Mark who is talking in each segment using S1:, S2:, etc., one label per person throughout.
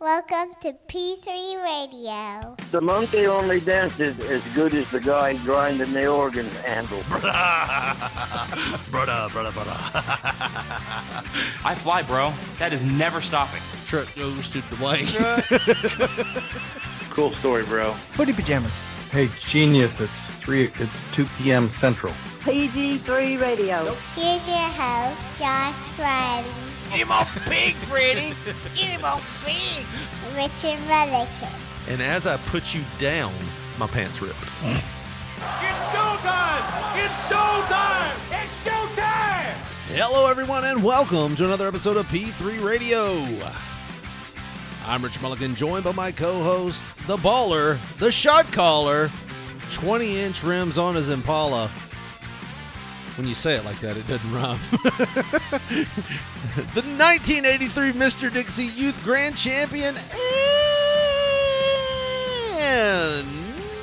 S1: Welcome to P3 Radio.
S2: The monkey only dances as good as the guy grinding the organ handle.
S3: brother, brother, brother.
S4: I fly, bro. That is never stopping.
S5: Truck goes to the blank.
S6: Cool story, bro.
S7: Footy pajamas.
S8: Hey, genius! It's three. It's two p.m. Central.
S9: PG3 Radio.
S1: Here's your host, Josh Friday,
S3: Get him off pig, Freddy. Get him off pig.
S1: Richard Mullican.
S5: and as I put you down, my pants ripped. Hello, everyone, and welcome to another episode of P3 Radio. I'm Rich Mulligan, joined by my co host, the baller, the shot caller, 20 inch rims on his Impala. When you say it like that, it doesn't rhyme. the 1983 Mr. Dixie Youth Grand Champion and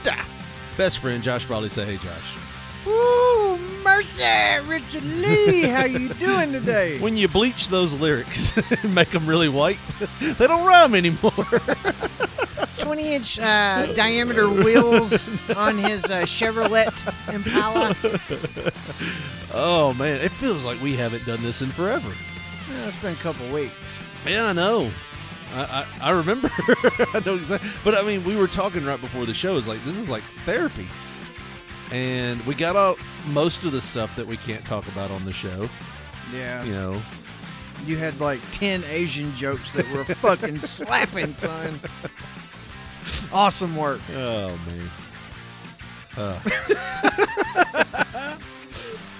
S5: ah, best friend, Josh Brawley. Say, hey, Josh.
S7: Ooh, mercy, Richard Lee. How you doing today?
S5: When you bleach those lyrics and make them really white, they don't rhyme anymore.
S7: 20 inch uh, diameter wheels on his uh, Chevrolet Impala. Uh,
S5: oh man, it feels like we haven't done this in forever.
S7: Yeah, it's been a couple weeks.
S5: Yeah, I know. I, I, I remember. I know exactly. But I mean, we were talking right before the show. It's like this is like therapy, and we got out most of the stuff that we can't talk about on the show.
S7: Yeah.
S5: You know,
S7: You had like 10 Asian jokes that were fucking slapping, son. Awesome work.
S5: Oh man. Uh.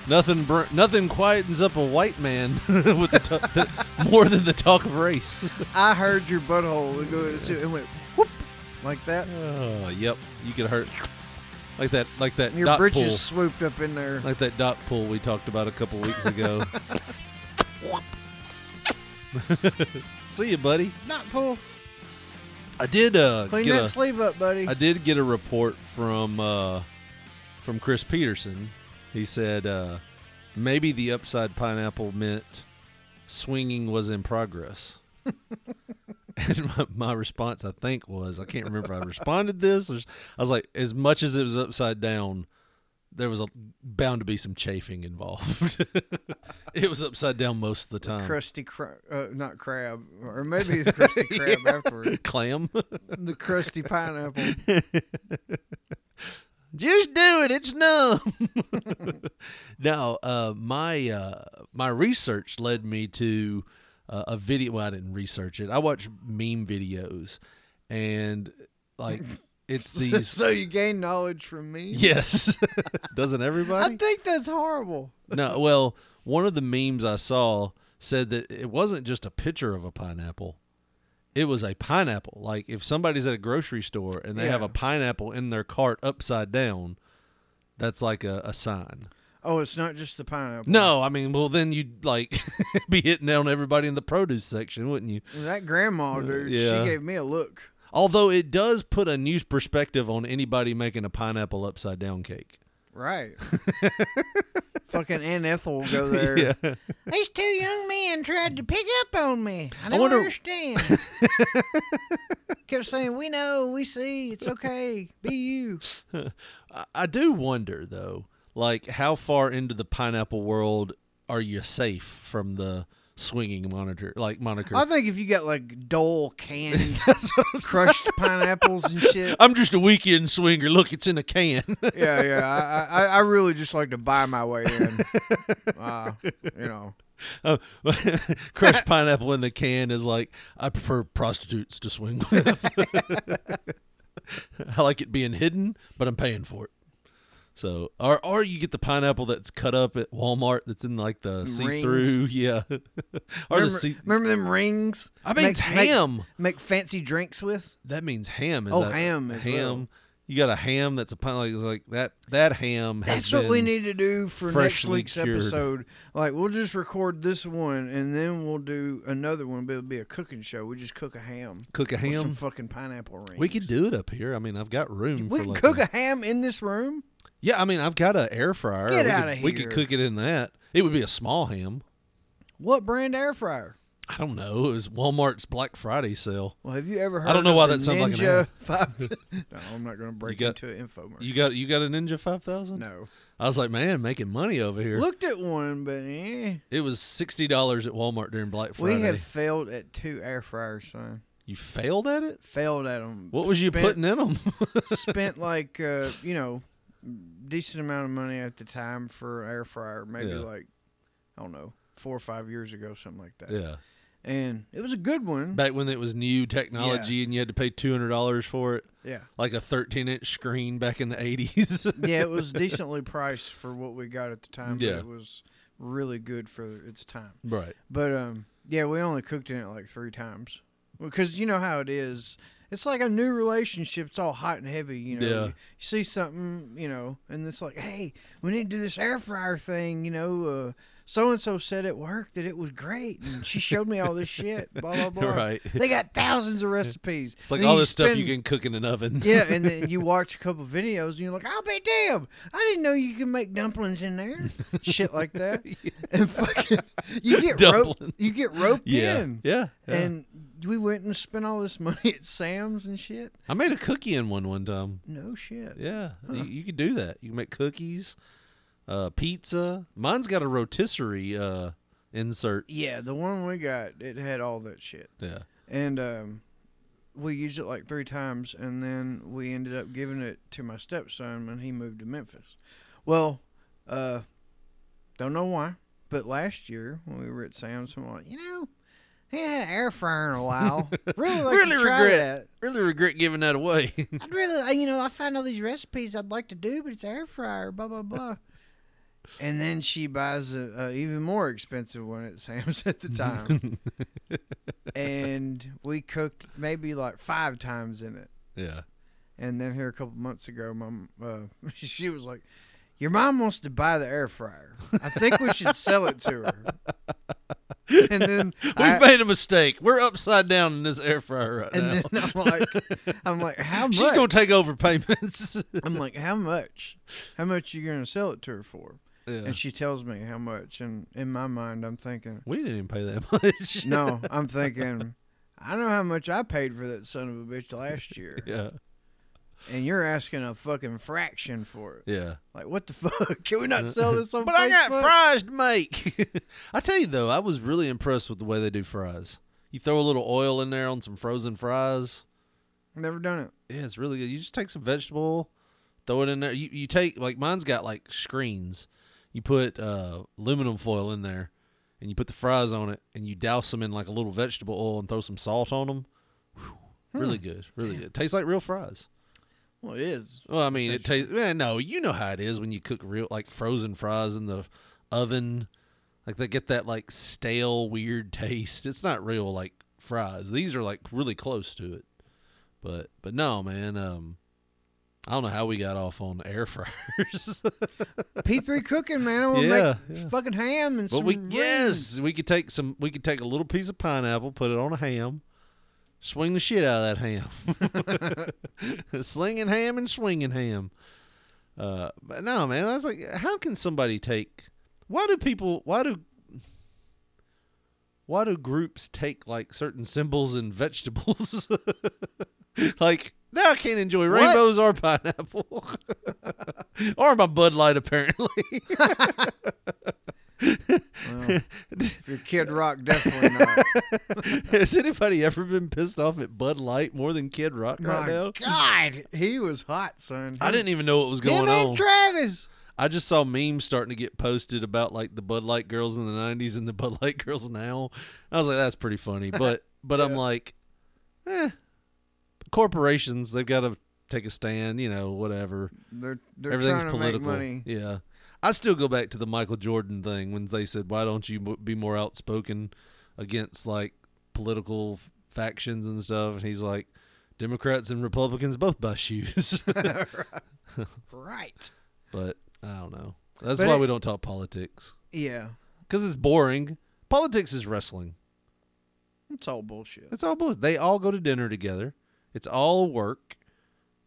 S5: nothing, br- nothing quietens up a white man with the, t- more than the talk of race.
S7: I heard your butthole. It, goes, it went whoop like that.
S5: Oh, yep, you get hurt like that, like that
S7: Your
S5: dot
S7: britches
S5: pull,
S7: swooped up in there.
S5: like that dot pull we talked about a couple weeks ago. See you, buddy.
S7: Not pull.
S5: I did uh,
S7: Clean
S5: get
S7: that
S5: a-
S7: sleeve up, buddy.
S5: I did get a report from uh, from Chris Peterson. He said uh, maybe the upside pineapple meant swinging was in progress. and my, my response, I think, was I can't remember. if I responded this. Or, I was like, as much as it was upside down, there was a, bound to be some chafing involved. it was upside down most of the time.
S7: crusty crab, uh, not crab, or maybe the crusty crab afterward.
S5: Clam.
S7: The crusty pineapple.
S5: Just do it. It's numb. now, uh, my uh, my research led me to uh, a video. Well, I didn't research it. I watch meme videos, and like it's these.
S7: so you gain knowledge from me.
S5: yes, doesn't
S7: I
S5: everybody?
S7: think that's horrible.
S5: no. Well, one of the memes I saw said that it wasn't just a picture of a pineapple. It was a pineapple. Like if somebody's at a grocery store and they have
S7: Yeah.
S5: a pineapple in their cart upside down, that's like a, a sign.
S7: Oh, it's not just the pineapple.
S5: No, I mean, well, then you'd like be hitting down everybody in the produce section, wouldn't you?
S7: That grandma, dude,
S5: yeah.
S7: she gave me a look.
S5: Although it does put a new perspective on anybody making a pineapple upside down cake.
S7: Right. Fucking Aunt Ethel will go there. These two young men tried to pick up on me. I don't
S5: wonder-
S7: understand. Kept saying, "We know, we see. It's okay. Be you."
S5: I, I do wonder though, like how far into the pineapple world are you safe from the swinging monitor, like moniker?
S7: I think if you got like dole canned crushed pineapples and shit.
S5: I'm just a weekend swinger. Look, it's in a can.
S7: Yeah, yeah. I, I, I really just like to buy my way in. Uh, you know.
S5: Oh, crushed pineapple in the can is like I prefer prostitutes to swing with. I like it being hidden, but I'm paying for it. So, or or you get the pineapple that's cut up at Walmart that's in like the see through, yeah, or the
S7: Remember,
S5: see.
S7: remember them rings?
S5: I mean, it's ham.
S7: Make, fancy drinks with.
S5: That means ham. Is
S7: Oh,
S5: that
S7: ham as
S5: ham.
S7: well.
S5: You got a ham that's a pine like, like that. That ham. Has
S7: That's what we
S5: been-
S7: need to do for next
S5: freshly
S7: week's
S5: cured.
S7: episode. Like, we'll just record this one and then we'll do another one, but it'll be a cooking show. We just cook a ham.
S5: Cook a
S7: with some
S5: ham.
S7: fucking pineapple rings.
S5: We could do it up here. I mean, I've got room.
S7: We
S5: for
S7: can
S5: like
S7: cook
S5: a-
S7: a ham in this room.
S5: Yeah, I mean, I've got an air fryer.
S7: Get
S5: we
S7: outta
S5: could, We could
S7: here.
S5: cook it in that. It would be a small ham.
S7: What brand air fryer?
S5: I don't know. It was Walmart's Black Friday sale.
S7: Well, have you ever heard?
S5: I don't know why
S7: of the
S5: that sounds like an
S7: Ninja
S5: ad.
S7: Five. no, I'm not going to break
S5: got-
S7: into an infomercial.
S5: You got you got a Ninja five thousand?
S7: no,
S5: I was like, man, making money over here.
S7: looked at one, but eh.
S5: It was sixty dollars at Walmart during Black Friday.
S7: we have failed at two air fryers, son.
S5: you failed at it.
S7: Failed at them.
S5: What was you putting in them?
S7: spent like uh, you know decent amount of money at the time for an air fryer maybe
S5: Yeah.
S7: like i don't know four or five years ago something like that
S5: yeah,
S7: and it was a good one
S5: back when it was new technology and you had to pay two hundred dollars for it,
S7: yeah
S5: like a thirteen-inch screen back in the eighties.
S7: yeah it was decently priced for what we got at the time but
S5: Yeah.
S7: it was really good for its time
S5: right.
S7: but um yeah we only cooked in it like three times because you know how it is it's like a new relationship it's all hot and heavy you know
S5: Yeah.
S7: you, you see something you know and it's like hey we need to do this air fryer thing you know uh so and so said at work that it was great, and she showed me all this shit. Blah blah blah.
S5: Right.
S7: They got thousands of recipes.
S5: It's like all this stuff you can cook in an oven.
S7: Yeah, and then you watch a couple videos, and you're like, "I'll be damned! I didn't know you could make dumplings in there." shit like that, and fucking, you get roped.
S5: Dumplings.
S7: You get roped
S5: yeah,
S7: in.
S5: yeah. yeah.
S7: And we went and spent all this money at Sam's and shit.
S5: I made a cookie in one one time.
S7: No shit.
S5: Yeah, you, you could do that. You can make cookies, uh, pizza. Mine's got a rotisserie uh, insert.
S7: Yeah, the one we got, it had all that shit.
S5: Yeah,
S7: And um, we used it like three times, and then we ended up giving it to my stepson when he moved to Memphis. Well, uh, don't know why, but last year when we were at Sam's, I'm like, you know, he ain't had an air fryer in a while. really, like
S5: Really
S7: to try
S5: regret.
S7: that.
S5: really regret giving that away.
S7: I'd really, you know, I find all these recipes I'd like to do, but it's air fryer, blah blah blah. and then she buys a, a even more expensive one at Sam's at the time, and we cooked maybe like five times in it.
S5: yeah,
S7: And then here a couple months ago, mom, uh, she was like, "Your mom wants to buy the air fryer. I think we should sell it to her." And then
S5: we've
S7: I-
S5: made a mistake. We're upside down in this air fryer right
S7: and
S5: now.
S7: then I'm like, I'm like, how much?
S5: She's gonna take over payments.
S7: I'm like, how much? How much you gonna sell it to her for?
S5: yeah.
S7: And she tells me how much, and in my mind, I'm thinking,
S5: We didn't even pay that much.
S7: no, I'm thinking, I know how much I paid for that son of a bitch last year,
S5: Yeah,
S7: and you're asking a fucking fraction for it.
S5: yeah.
S7: Like, what the fuck? Can we not sell this on
S5: But I got
S7: Facebook?
S5: fries to make. I tell you though, I was really impressed with the way they do fries. You throw a little oil in there on some frozen fries.
S7: Never done it.
S5: Yeah, it's really good. You just take some vegetable, throw it in there. You you take like mine's got like screens. You put uh, aluminum foil in there, and you put the fries on it, and you douse them in like a little vegetable oil and throw some salt on them. Really good, really good. Tastes like real fries.
S7: Hmm. Well, it is.
S5: Well, I mean, it tastes. Man, no, you know how it is when you cook real like frozen fries in the oven. Like they get that like stale, weird taste. It's not real like fries. These are like really close to it. But but no, man. Um, I don't know how we got off on air fryers.
S7: P3 cooking, man. I want to
S5: Yeah,
S7: make
S5: yeah.
S7: fucking ham and
S5: but
S7: some.
S5: we
S7: rings.
S5: yes, we could take some. We could take a little piece of pineapple, put it on a ham, swing the shit out of that ham, slinging ham and swinging ham. Uh, but no, man, I was like, how can somebody take? Why do people? Why do? Why do groups take like certain symbols and vegetables? like now, I can't enjoy rainbows or pineapple, or my Bud Light apparently.
S7: If you're Kid Rock, definitely not.
S5: Has anybody ever been pissed off at Bud Light more than Kid Rock right
S7: My
S5: now?
S7: God, he was hot, son.
S5: I didn't even know what was
S7: Him
S5: going
S7: and
S5: on.
S7: Travis.
S5: I just saw memes starting to get posted about like the Bud Light girls in the '90s and the Bud Light girls now. I was like, that's pretty funny, but but I'm like, eh. Corporations, they've got to take a stand, you know, whatever.
S7: They're, they're
S5: Everything's
S7: trying to
S5: political.
S7: make money.
S5: Yeah. I still go back to the Michael Jordan thing when they said, "Why don't you mo- be more outspoken against like political f- factions and stuff?" And he's like, "Democrats and Republicans both buy shoes."
S7: Right.
S5: but I don't know. That's
S7: But
S5: why
S7: it-
S5: we don't talk politics
S7: Yeah.
S5: because it's boring. Politics is wrestling.
S7: It's all bullshit.
S5: It's all bullshit. They all go to dinner together. It's all work.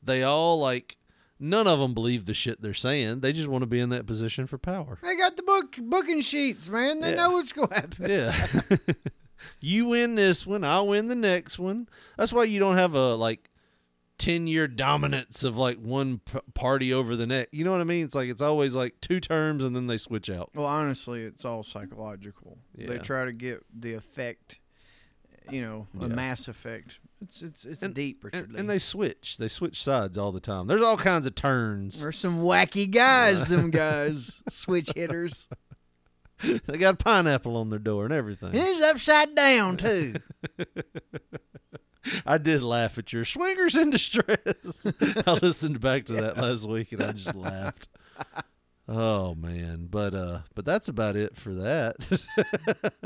S5: They all like. None of them believe the shit they're saying. They just want to be in that position for power.
S7: They got the book booking sheets, man. They
S5: Yeah.
S7: know what's gonna happen.
S5: Yeah. You win this one, I'll win the next one. That's why you don't have a like 10 year dominance of like one p- party over the next. You know what I mean? It's like it's always like two terms and then they switch out.
S7: Well, honestly, it's all psychological. They
S5: Yeah.
S7: try to get the effect, you know, a
S5: Yeah.
S7: mass effect. It's it's it's deep, Richard.
S5: And,
S7: Lee.
S5: and they switch. They switch sides all the time. There's all kinds of turns.
S7: There's some wacky guys, them guys, switch hitters.
S5: they got pineapple on their door and everything.
S7: He's upside down too.
S5: I did laugh at your swingers in distress. I listened back to that last week and I just laughed. Oh man, but uh, but that's about it for that.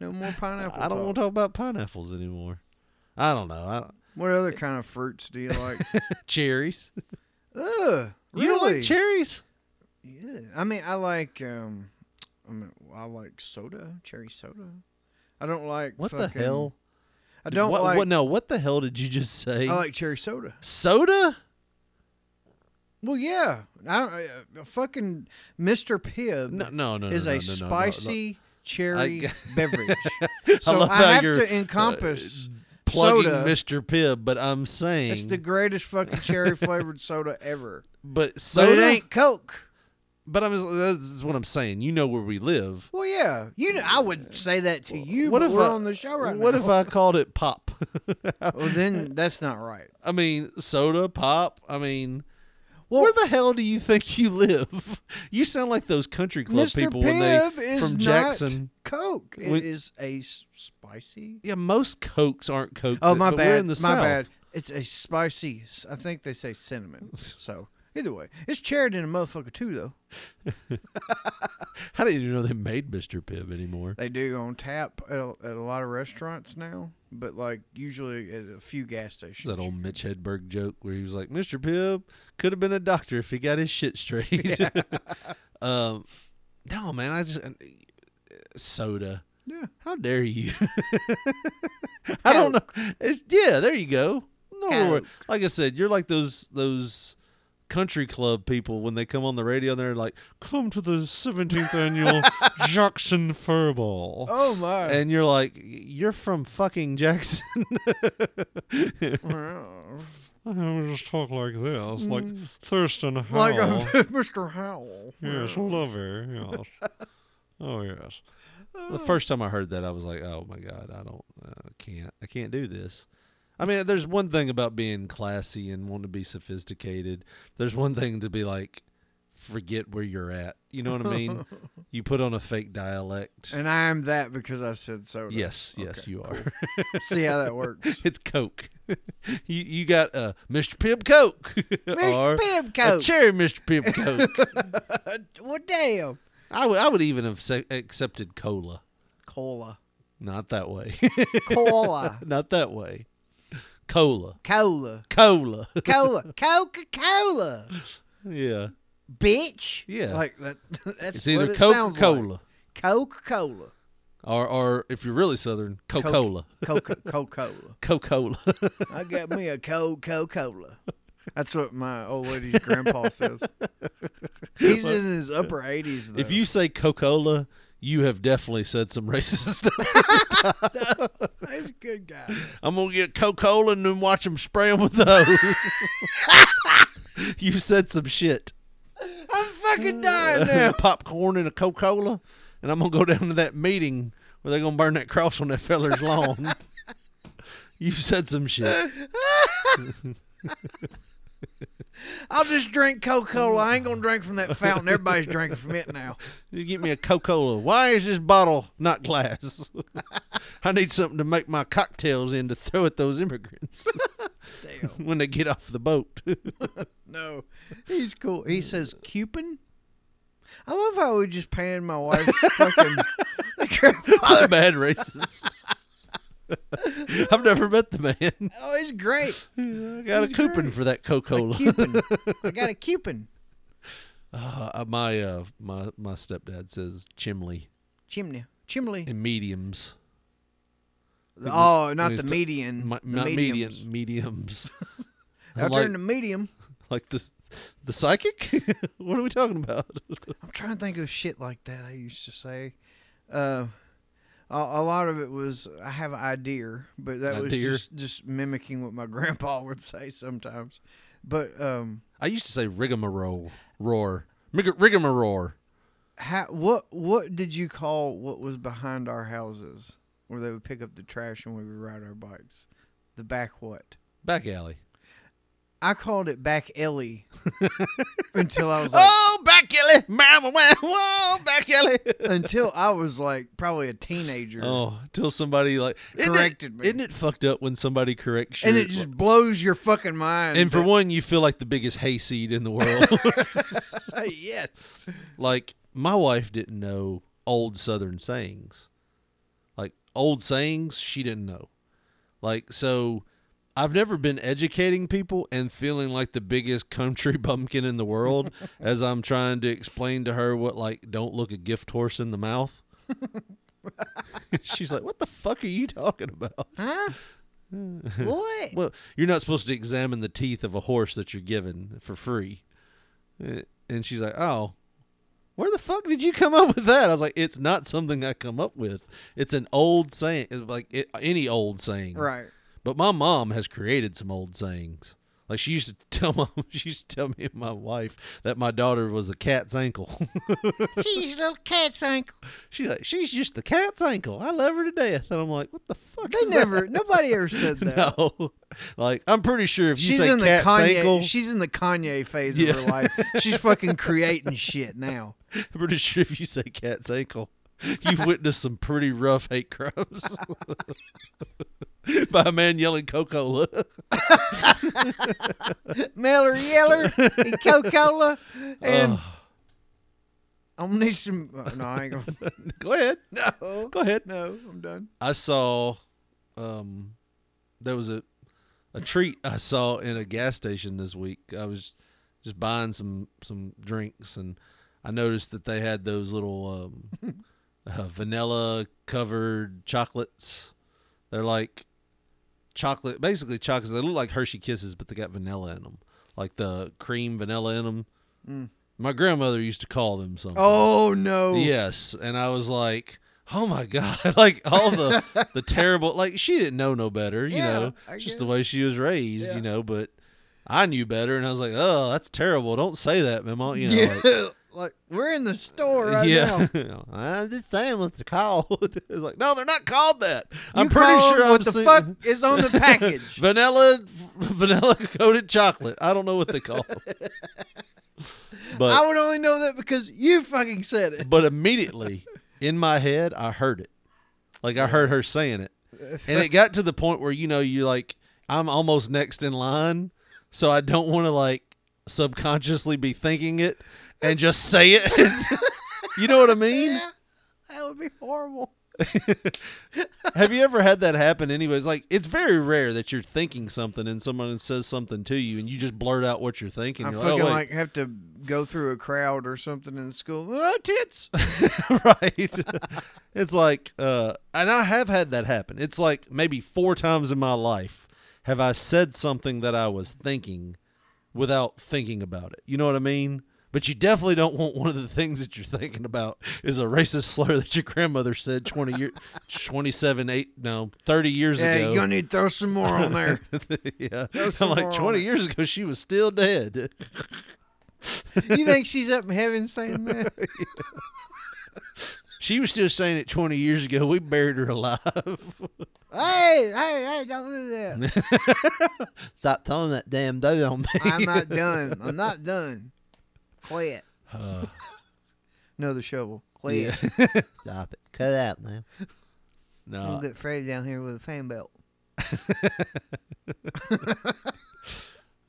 S7: No more pineapple.
S5: I don't want to talk about pineapples anymore. I don't know. I,
S7: What other kind of fruits do you like?
S5: cherries.
S7: Ugh, really?
S5: You don't like cherries?
S7: Yeah. I mean, I like um, I mean, I like soda, cherry soda. I don't like
S5: What the
S7: fucking-
S5: hell?
S7: I don't
S5: what,
S7: like.
S5: what? No. What the hell did you just say?
S7: I like cherry soda.
S5: soda.
S7: Well, yeah. I don't. Uh, uh, fucking Mr. Pibb
S5: No, no, no.
S7: is
S5: no,
S7: a
S5: no, no, no, no, no.
S7: spicy cherry
S5: I-
S7: beverage. So I,
S5: love how
S7: have
S5: you're, uh,
S7: to encompass
S5: Plugging
S7: soda.
S5: Mr. Pibb, but I'm saying,
S7: It's the greatest fucking cherry flavored soda ever.
S5: but
S7: So
S5: soda.
S7: But it ain't Coke.
S5: But I'm that's what I'm saying. You know where we live.
S7: Well, yeah. You know, I would say that to you,
S5: what
S7: but
S5: if
S7: we're
S5: I-
S7: on the show right
S5: what
S7: now.
S5: if I called it pop?
S7: Well, then that's not right.
S5: I mean, soda pop. I mean, where the hell do you think you live? You sound like those country club
S7: Mr.
S5: people when they
S7: Pibb is
S5: from
S7: not
S5: Jackson.
S7: Coke. It is
S5: We-
S7: a s- spicy.
S5: Yeah, most cokes aren't cokes.
S7: Oh
S5: but-
S7: my
S5: but
S7: bad.
S5: We're in the
S7: my
S5: South.
S7: bad. It's a spicy. s- I think they say cinnamon. So either way, it's cherry in a motherfucker too, though.
S5: How did you know they made Mr. Pibb anymore?
S7: They do on tap at a, at a lot of restaurants now, but like usually at a few gas stations.
S5: It's that old Mitch Hedberg joke where he was like, "Mr. Pibb could have been a doctor if he got his shit straight." um, no, man, I just soda.
S7: Yeah.
S5: How dare you? I don't know. It's, yeah, there you go. No, more-
S7: Coke.
S5: like I said, you're like those those country club people when they come on the radio. and They're like, "Come to the 17th annual Jackson Furball."
S7: Oh my.
S5: And you're like, you're from fucking Jackson. I don't just talk like this, like Thurston Howell.
S7: like a, Mr. Howell.
S5: yes, love her. Yes. oh yes. The first time I heard that, I was like, oh my god, I don't, I can't, I can't do this. I mean, there's one thing about being classy and wanting to be sophisticated. There's one thing to be like, forget where you're at. You know what I mean? you put on a fake dialect.
S7: And I am that because I said soda.
S5: Yes, yes,
S7: Okay,
S5: you are.
S7: See how that works.
S5: it's Coke. you you got uh, Mr. Pibb Coke.
S7: Mr.
S5: Or
S7: Pibb
S5: a
S7: Coke.
S5: cherry Mr. Pibb Coke.
S7: well, damn.
S5: I would I would even have se- accepted cola.
S7: Cola.
S5: Not that way.
S7: Cola.
S5: Not that way. Cola.
S7: Cola.
S5: Cola.
S7: Cola. Coca Cola.
S5: yeah.
S7: Bitch.
S5: Yeah.
S7: Like that. That's
S5: It's either
S7: what it
S5: Coca
S7: sounds
S5: Cola
S7: Like. Coca Cola.
S5: or or if you're really southern, Coca Cola.
S7: Coca Cola.
S5: Coca Cola.
S7: I got me a Coca Cola. That's what my old lady's grandpa says. He's in his upper 80s, though.
S5: if you say Coca Cola, you have definitely said some racist stuff.
S7: He's a good guy.
S5: I'm gonna get Coca Cola and then watch them spray 'em with those. you said some shit.
S7: I'm fucking dying now.
S5: popcorn and a Coca Cola, and I'm gonna go down to that meeting where they're gonna burn that cross on that feller's lawn. You've said some shit.
S7: I'll just drink Coca Cola. I ain't gonna drink from that fountain. Everybody's drinking from it now.
S5: You get me a Coca Cola. Why is this bottle not glass? I need something to make my cocktails in to throw at those immigrants
S7: Damn.
S5: when they get off the boat.
S7: No, he's cool. He says Cupid. I love how we just painted my wife's fucking grandfather.
S5: Bad racist. I've never met the man.
S7: Oh, he's great.
S5: I got a coupon for that Coca Cola.
S7: Cupid. I got a Cupid.
S5: Uh, my uh, my my stepdad says chimley
S7: Chimney. Chimney.
S5: and mediums.
S7: Oh, not
S5: he's
S7: the
S5: t-
S7: median.
S5: Mi-
S7: the
S5: not mediums.
S7: mediums.
S5: mediums.
S7: Out there
S5: like,
S7: in the medium.
S5: like the the psychic? what are we talking about?
S7: I'm trying to think of shit like that I used to say. Uh, A, a lot of it was I have an idea, but that was
S5: Idea.
S7: just just mimicking what my grandpa would say sometimes. But um,
S5: I used to say rigmarole, roar, Rig- rigmarole.
S7: how, what what did you call what was behind our houses where they would pick up the trash and we would ride our bikes? The back what?
S5: Back alley.
S7: I called it back Ellie until I was like
S5: Oh, back alley, mama, wah, whoa, back alley.
S7: until I was like probably a teenager.
S5: Oh, till somebody like isn't it-
S7: Corrected me.
S5: Isn't it fucked up when somebody corrects you?
S7: and it just blows your fucking mind.
S5: And for
S7: that-
S5: one, you feel like the biggest hayseed in the world.
S7: yes.
S5: like my wife didn't know old Southern sayings, like old sayings she didn't know. Like so, I've never been educating people and feeling like the biggest country bumpkin in the world as I'm trying to explain to her what like don't look a gift horse in the mouth. She's like, "What the fuck are you talking about?"
S7: Huh? what?
S5: Well, you're not supposed to examine the teeth of a horse that you're given for free. Eh, And she's like, oh, where the fuck did you come up with that? I was like, it's not something I come up with. It's an old saying, it's like it, any old saying.
S7: Right.
S5: But my mom has created some old sayings. Like she used to tell my, she used to tell me and my wife that my daughter was a cat's ankle.
S7: He's little cat's ankle.
S5: she's like, she's just the cat's ankle. I love her to death. And I'm like, what the fuck?
S7: They
S5: is that?"
S7: never. Nobody ever said that.
S5: No, like I'm pretty sure if you
S7: She's
S5: say
S7: in the
S5: cat's
S7: Kanye.
S5: ankle,
S7: She's in the Kanye phase
S5: Yeah.
S7: of her life. She's fucking creating shit now.
S5: I'm pretty sure if you say cat's ankle, you've witnessed some pretty rough hate crimes by a man yelling Coca-Cola.
S7: Miller Yeller and Coca-Cola and I'm gonna need some. oh, no, I ain't gonna.
S5: Go ahead.
S7: No,
S5: Go ahead.
S7: no, I'm done.
S5: I saw um there was a a treat I saw in a gas station this week. I was just buying some some drinks and I noticed that they had those little um uh, vanilla covered chocolates. They're like chocolate, basically chocolates. They look like Hershey Kisses, but they got vanilla in them, like the cream vanilla in them. My grandmother used to call them something.
S7: Oh no.
S5: Yes, and I was like, "Oh my god!" like all the the terrible. Like she didn't know no better, you
S7: Yeah,
S5: know,
S7: I
S5: just
S7: guess.
S5: the way she was raised,
S7: Yeah.
S5: you know. But I knew better, and I was like, "Oh, that's terrible! Don't say that, Mama." You know, like,
S7: like we're in the store right now.
S5: yeah. I'm just saying what's the call. it's like, no, they're not called that. I'm
S7: You
S5: pretty
S7: call
S5: sure
S7: what
S5: I'm
S7: the
S5: seeing-
S7: fuck is on the package.
S5: vanilla vanilla coated chocolate. I don't know what they call. it. but
S7: I would only know that because you fucking said it.
S5: but immediately in my head I heard it. Like I heard her saying it. And it got to the point where you know you like I'm almost next in line, so I don't want to like subconsciously be thinking it and just say it. you know what I mean?
S7: That would be horrible.
S5: Have you ever had that happen anyways? Like it's very rare that you're thinking something and someone says something to you and you just blurt out what you're thinking.
S7: I
S5: You're
S7: fucking
S5: oh, wait."
S7: like have to go through a crowd or something in school. Oh, tits.
S5: right? it's like, uh, and I have had that happen. It's like maybe four times in my life have I said something that I was thinking without thinking about it. You know what I mean? But you definitely don't want one of the things that you're thinking about is a racist slur that your grandmother said 20 year, 27, 8, no, 30 years
S7: yeah,
S5: ago.
S7: you're gonna need to throw some more on there.
S5: yeah.
S7: some
S5: I'm
S7: more
S5: like
S7: on
S5: 20
S7: it.
S5: years ago, she was still dead.
S7: you think she's up in heaven saying that?
S5: She was still saying it 20 years ago. We buried her alive.
S7: hey, hey, hey, don't do that.
S5: Stop telling that damn dough on me.
S7: I'm not done. I'm not done. Quit. Another shovel. Quit.
S5: Stop it. Cut it out now. No.
S7: We'll
S5: Uh.
S7: get Fred down here with a fan belt.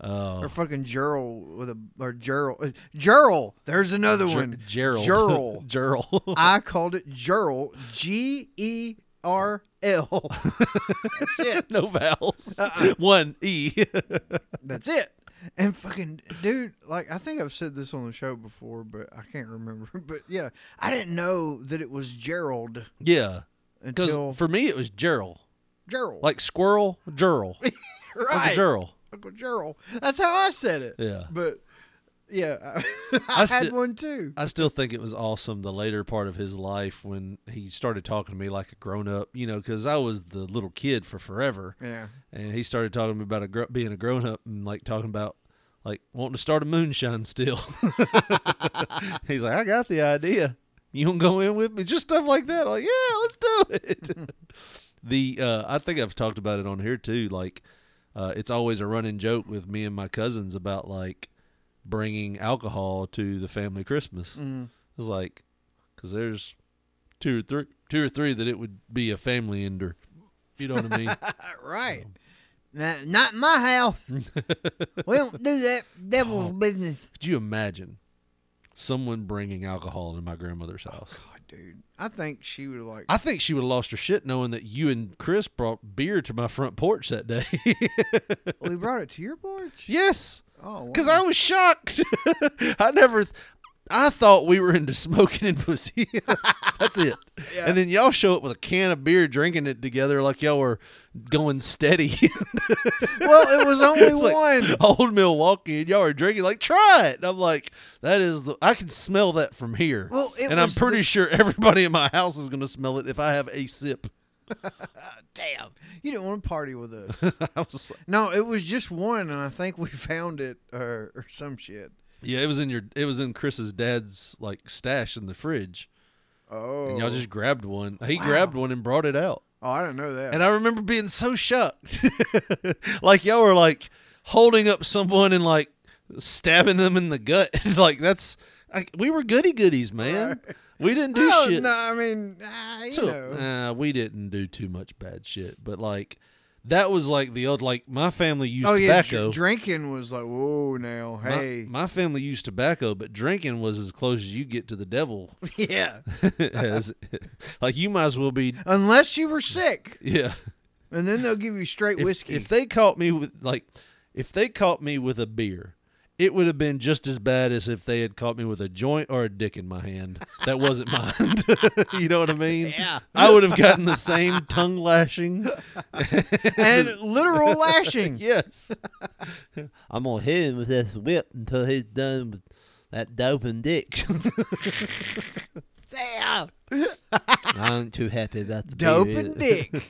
S5: Oh.
S7: Or fucking Gerald with a or Gerald. uh, Gerald. There's another one.
S5: Gerald.
S7: Gerald.
S5: Gerald.
S7: I called it Gerald. G E R L. That's it. Uh-uh.
S5: no vowels. One E.
S7: That's it. And fucking dude, like I think I've said this on the show before, but I can't remember. But yeah, I didn't know that it was Gerald
S5: yeah.
S7: until
S5: Because for me, it was Gerald.
S7: Gerald.
S5: Like squirrel, Gerald. Like
S7: right,
S5: a Gerald.
S7: Uncle Gerald. That's how I said it.
S5: Yeah.
S7: But Yeah, I, had
S5: sti-
S7: one too.
S5: I still think it was awesome the later part of his life when he started talking to me like a grown up, you know, because I was the little kid for forever.
S7: Yeah,
S5: And he started talking to me about a gr- being a grown up and like talking about like wanting to start a moonshine still. He's like, I got the idea. You want to go in with me? Just stuff like that. Like, yeah, let's do it. the uh, I think I've talked about it on here too. Like, uh, it's always a running joke with me and my cousins about like bringing alcohol to the family Christmas. It's like because there's two or three, two or three that it would be a family ender. You know what I mean?
S7: right.
S5: Oh.
S7: Not, not in my house. we don't do that devil's
S5: Oh.
S7: business.
S5: Could you imagine someone bringing alcohol to my grandmother's house?
S7: God, Oh, dude, I think she would like.
S5: I think she would have lost her shit knowing that you and Chris brought beer to my front porch that day.
S7: we brought it to your porch.
S5: yes,
S7: Oh,
S5: because
S7: wow.
S5: I was shocked. I never, I thought we were into smoking and pussy. That's it. And then y'all show up with a can of beer, drinking it together like y'all were going steady.
S7: well, it was only
S5: It's
S7: one.
S5: like old Milwaukee, and y'all are drinking. Like, try it. And I'm like, that is the. I can smell that from here.
S7: Well, it
S5: and I'm
S7: was
S5: pretty
S7: the-
S5: sure everybody in my house is gonna smell it if I have a sip.
S7: Damn,
S5: oh.
S7: you didn't want to party with us.
S5: I was like,
S7: no, it was just one, and I think we found it or, or some shit.
S5: yeah, it was in your. It was in Chris's dad's like stash in the fridge,
S7: Oh,
S5: and y'all just grabbed one. He grabbed one and brought it out,
S7: oh, I don't know that.
S5: and I remember being so shocked. like y'all were like holding up someone and like stabbing them in the gut. like that's. I, we were goody goodies, man. We didn't do
S7: Oh,
S5: shit.
S7: no, I mean, uh, you
S5: So,
S7: know.
S5: uh, we didn't do too much bad shit, but like that was like the old like my family used
S7: Oh yeah,
S5: tobacco.
S7: dr- drinking was like whoa now,
S5: My-
S7: hey,
S5: my, family used tobacco, but drinking was as close as you get to the devil.
S7: yeah.
S5: As- like you might as well be.
S7: Unless you were sick,
S5: Yeah,
S7: and then they'll give you straight
S5: If-
S7: whiskey.
S5: If, they caught me with like, if they caught me with a beer, it would have been just as bad as if they had caught me with a joint or a dick in my hand that wasn't mine. you know what I mean? Yeah. I would have gotten the same tongue lashing.
S7: and literal lashing.
S5: Yes.
S6: I'm gonna hit him with this whip until he's done with that dope and dick. I ain't too happy about the
S7: Dope
S6: beer
S7: and
S6: either.
S7: dick.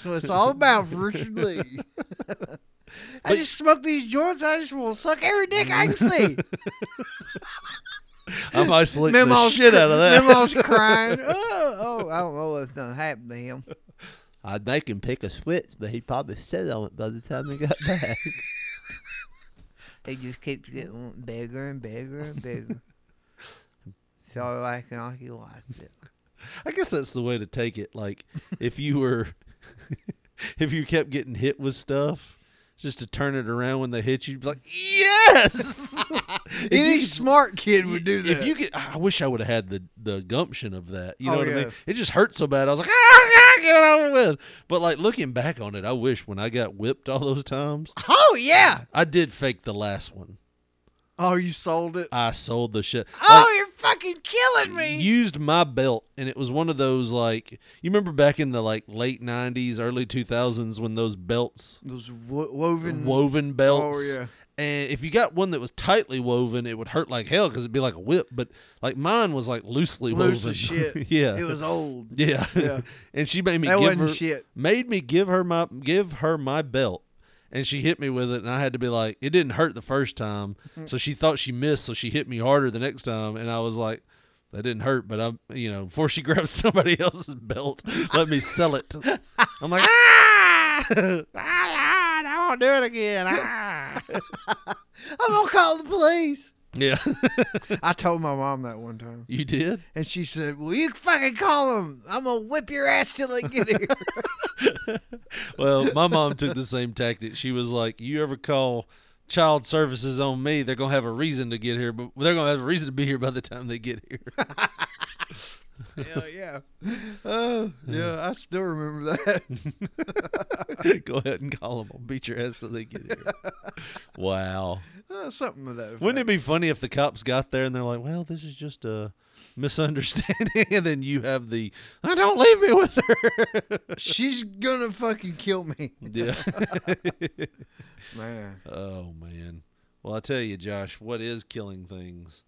S7: So it's all about for Richard Lee. I just smoke these joints. I just will suck every dick I can see.
S5: I'm isolating the
S7: Memo's
S5: shit out of that.
S7: Memo's crying. Oh, oh, I don't know what's gonna happen to him.
S6: I'd make him pick a switch, but he'd probably sit on it by the time he got back.
S7: He just keeps getting bigger and bigger and bigger. so I can occupy "Oh, it.
S5: I guess that's the way to take it. Like if you were, if you kept getting hit with stuff, just to turn it around when they hit you, be like yes. If
S7: Any
S5: you could-
S7: smart kid would do that.
S5: If you get, I wish I would have had the the gumption of that. You know
S7: Oh,
S5: what I
S7: yeah.
S5: mean? It just hurt so bad. I was like, ah, ah, get it over with. But like looking back on it, I wish when I got whipped all those times,
S7: oh yeah.
S5: I did fake the last one.
S7: Oh, you sold it.
S5: I sold the shit. Like,
S7: Oh, you're fucking killing me.
S5: used my belt and it was one of those like you remember back in the like late 90s early 2000s when those belts
S7: Those wo- woven. oh,
S5: woven belts
S7: yeah.
S5: and if you got one that was tightly woven it would hurt like hell because it'd be like a whip but like mine was like loosely
S7: Loose
S5: woven
S7: as shit.
S5: yeah
S7: It was old.
S5: yeah,
S7: Yeah.
S5: and she made me
S7: That
S5: give
S7: wasn't
S5: her
S7: shit.
S5: made me give her my give her my belt and she hit me with it and i had to be like it didn't hurt the first time so she thought she missed so she hit me harder the next time and i was like that didn't hurt but i'm you know before she grabs somebody else's belt let me sell it i'm like ah! i lied i won't do it again ah!
S7: I'm gonna call the police.
S5: yeah
S7: I told my mom that one time,
S5: you did
S7: and she said, "Well, you fucking call them. I'm gonna whip your ass till they get here."
S5: well my mom took the same tactic she was like you ever call child services on me they're gonna have a reason to get here but they're gonna have a reason to be here by the time they get here
S7: Hell yeah. Oh yeah, I still remember that.
S5: Go ahead and call them. I'll beat your ass till they get here. wow.
S7: Uh, something of that.
S5: Wouldn't it be funny if the cops got there and they're like, well, this is just a misunderstanding? and then you have the, I don't leave me with her.
S7: be? She's gonna fucking kill me,
S5: yeah.
S7: man.
S5: oh, man. Well, I tell you, Josh, what is killing things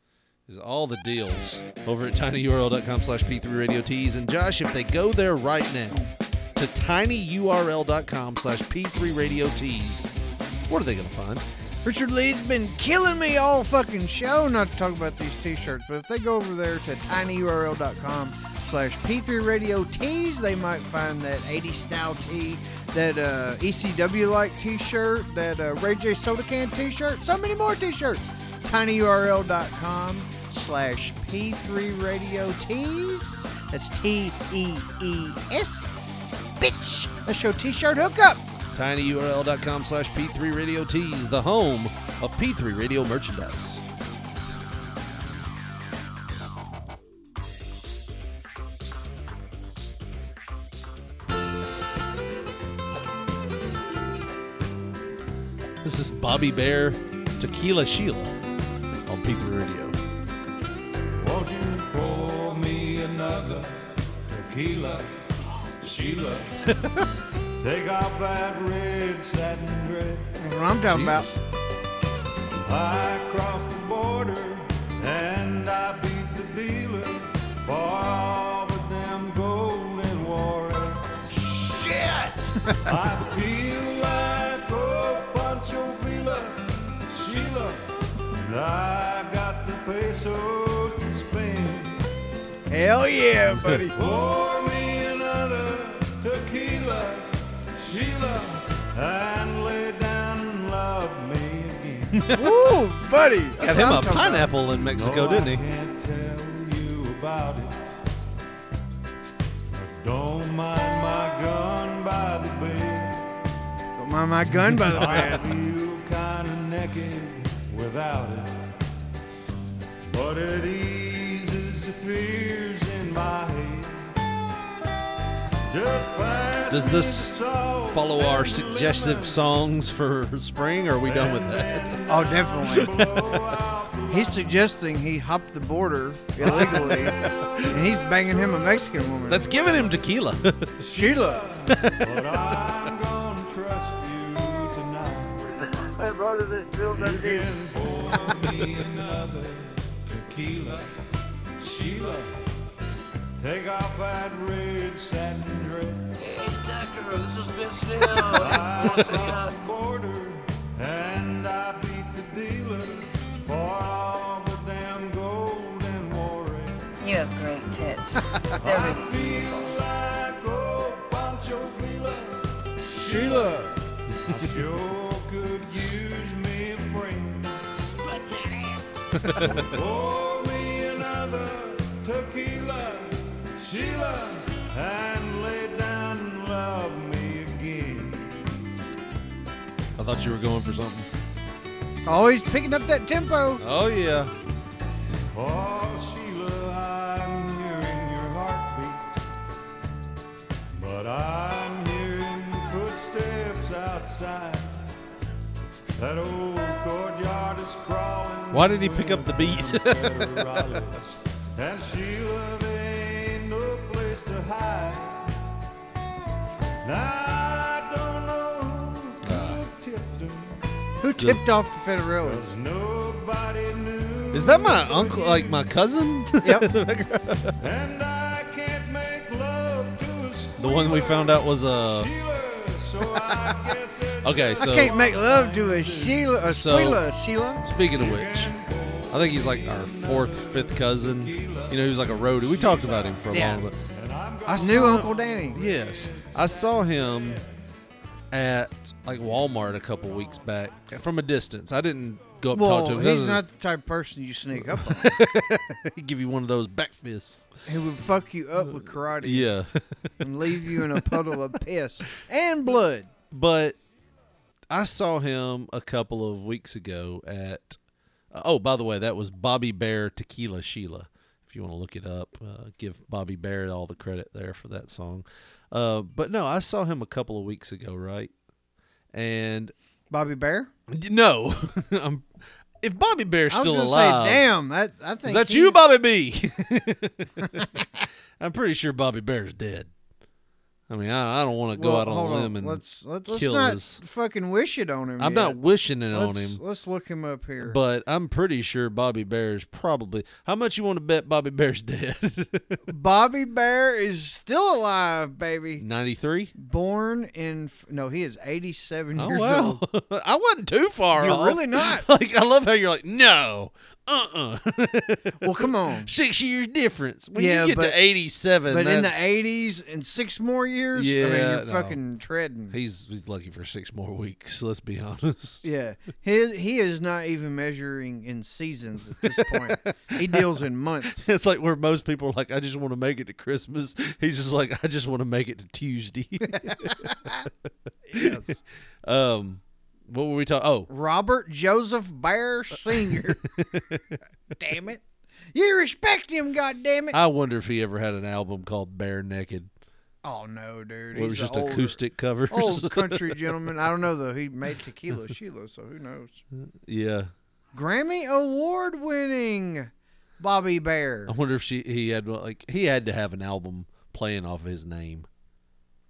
S5: is all the deals over at tinyurl.com slash p3 radio tees. And Josh, if they go there right now to tinyurl.com slash p3 radio tees, what are they going to find?
S7: Richard Lee's been killing me all fucking show not to talk about these t-shirts, but if they go over there to tinyurl.com slash P3 Radio Tees, they might find that 80 style tee, that uh, ECW like t-shirt, that uh, Ray J soda can t-shirt, so many more t-shirts. tinyurl.com slash P3 Radio Tees. That's T-E-E-S. Bitch! Let's show t-shirt hookup.
S5: tinyurl.com slash p3 radio tees, the home of p3 radio merchandise. This is Bobby Bear Tequila Sheila on P3 Radio.
S10: Won't you pour me another tequila, Sheila? Take off that red satin dress.
S7: That's what I'm talking
S5: Jesus.
S7: about.
S10: I crossed the border and I beat the dealer for all the damn gold and war. Shit! I feel like a Pancho Villa, Sheila, and I got the pesos to spend.
S7: Hell yeah, buddy.
S10: Pour me another tequila, Sheila, and lay down and love me again.
S7: Ooh, buddy.
S5: Got him a pineapple in Mexico,
S10: No,
S5: didn't
S10: I
S5: he?
S10: can't tell you about it. But don't mind my gun by the bed.
S7: Don't mind my gun by the
S10: I
S7: way.
S10: feel kinda naked without it. But it eases the fears in my head. Just pass
S5: Does
S10: me
S5: this
S10: the salt
S5: Follow
S10: and
S5: our
S10: the
S5: suggestive
S10: lemon.
S5: songs for spring, or are we done with that?
S7: Oh, definitely. he's suggesting he hopped the border illegally, and he's banging him a Mexican woman.
S5: That's giving him tequila.
S7: Sheila.
S10: But I'm gonna trust you tonight.
S9: My brother that's still
S10: You can pour me another tequila, Sheila. Take off that red satin dress.
S3: This is Vince Neil.
S10: I crossed the border and I beat the dealer for all the damn gold and war.
S9: You have great tits.
S10: I feel like old Pancho Villa.
S7: Sheila.
S10: I sure could use me a friend. So pour me another tequila, Sheila, and lay down and love me again.
S5: I thought you were going for something.
S7: Always Oh, picking up that tempo.
S5: Oh, yeah.
S10: Oh, Sheila, I'm hearing your heartbeat, but I'm hearing footsteps outside. That old courtyard is crawling.
S5: Why did he pick up the beat?
S10: Federales. and Sheila, there ain't no place to hide. Now I don't know who tipped 'em,
S7: Who tipped off the Federales?
S10: 'cause nobody knew.
S5: Is that my uncle, like my cousin?
S7: Yep.
S10: And I can't make love to a
S5: the one we found out was uh
S10: squealer, so I guess it's
S5: okay. So
S7: Can't make love to a Sheila, a
S5: So-
S7: Sheila, Sheila.
S5: speaking of which, I think he's like our fourth, fifth cousin. You know, he was like a roadie. We talked about him for a
S7: Yeah.
S5: long time.
S7: I knew Uncle Danny.
S5: Yes, I saw him at like Walmart a couple weeks back from a distance. I didn't go up and talk to him.
S7: Well, he's
S5: Doesn't
S7: not the type of person you sneak up on.
S5: he give you one of those back fists.
S7: He would fuck you up with karate
S5: Yeah,
S7: and leave you in a puddle of piss and blood.
S5: but I saw him a couple of weeks ago at. oh, by the way, that was Bobby Bear Tequila Sheila. If you want to look it up, uh, give Bobby Bear all the credit there for that song. Uh, but no, I saw him a couple of weeks ago, right? And
S7: Bobby Bear.
S5: no, I'm, if Bobby Bear's
S7: I was
S5: still
S7: gonna
S5: alive,
S7: say, damn, that I think
S5: is that
S7: he-
S5: you, Bobby B? I'm pretty sure Bobby Bear's dead. I mean, I, I don't want to go
S7: Well,
S5: out on
S7: hold
S5: a limb and
S7: let's let's, let's
S5: kill
S7: not
S5: his.
S7: fucking wish it on him.
S5: I'm
S7: yet.
S5: not wishing it on
S7: Let's-
S5: him.
S7: Let's look him up here.
S5: But I'm pretty sure Bobby Bear's probably. How much you want to bet Bobby Bear's dead?
S7: Bobby Bear is still alive, baby.
S5: 93?
S7: Born in f- no, he is 87
S5: Oh,
S7: years
S5: wow.
S7: old.
S5: I wasn't too far
S7: You're
S5: off.
S7: really not.
S5: Like, I love how you're like, no, uh uh
S7: Well, come on.
S5: Six years difference. When
S7: Yeah,
S5: you get
S7: but-
S5: to 87,
S7: But in the
S5: that's-
S7: 80s and six more years, I mean,
S5: Yeah,
S7: you're
S5: no.
S7: fucking treading.
S5: He's, he's lucky for six more weeks, let's be honest.
S7: Yeah, his he is not even measuring in seasons at this point. he deals in months.
S5: It's like where most people are like, I just want to make it to Christmas. He's just like, I just want to make it to Tuesday. um, what were we talking? Oh,
S7: Robert Joseph Bear Senior. damn it! You respect him, God damn it!
S5: I wonder if he ever had an album called Bare Naked.
S7: oh no, dude.
S5: It was
S7: He's
S5: just
S7: a older- Oh,
S5: acoustic covers.
S7: Old country gentleman. I don't know though. He made tequila Sheila, so who knows?
S5: yeah.
S7: Grammy award winning Bobby Bear.
S5: I wonder if she he had like he had to have an album playing off of his name.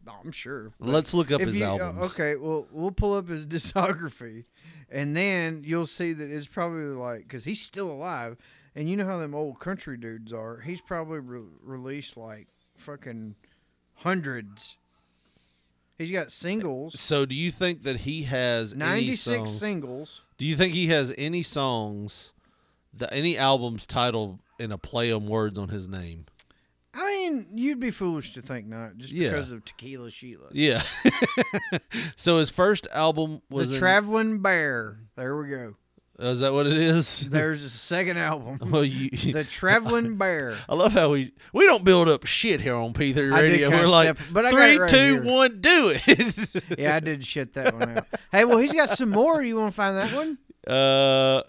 S7: No, I'm sure.
S5: Let's look up
S7: If
S5: his
S7: you- uh,
S5: albums.
S7: Okay, well, we'll pull up his discography, and then you'll see that it's probably like because he's still alive, and you know how them old country dudes are. He's probably re- released like fucking hundreds. He's got singles,
S5: So do you think that he has
S7: ninety
S5: any
S7: six
S5: songs?
S7: singles.
S5: do you think he has any songs that any albums titled in a play on words on his name?
S7: I mean, you'd be foolish to think not, just
S5: Yeah.
S7: because of Tequila Sheila.
S5: Yeah. so his first album was
S7: the
S5: in- uh,
S7: Traveling Bear. There we go.
S5: Is that what it is?
S7: There's a second album.
S5: well, you,
S7: The Traveling Bear.
S5: I love how we we don't build up shit here on P3
S7: I did
S5: Radio.
S7: kinda
S5: We're like
S7: step- but I got
S5: three,
S7: it right
S5: two,
S7: here."
S5: one, do it.
S7: Yeah, I did shit that one out. Hey, well, he's got some more. Do you want to find that one?
S5: Uh,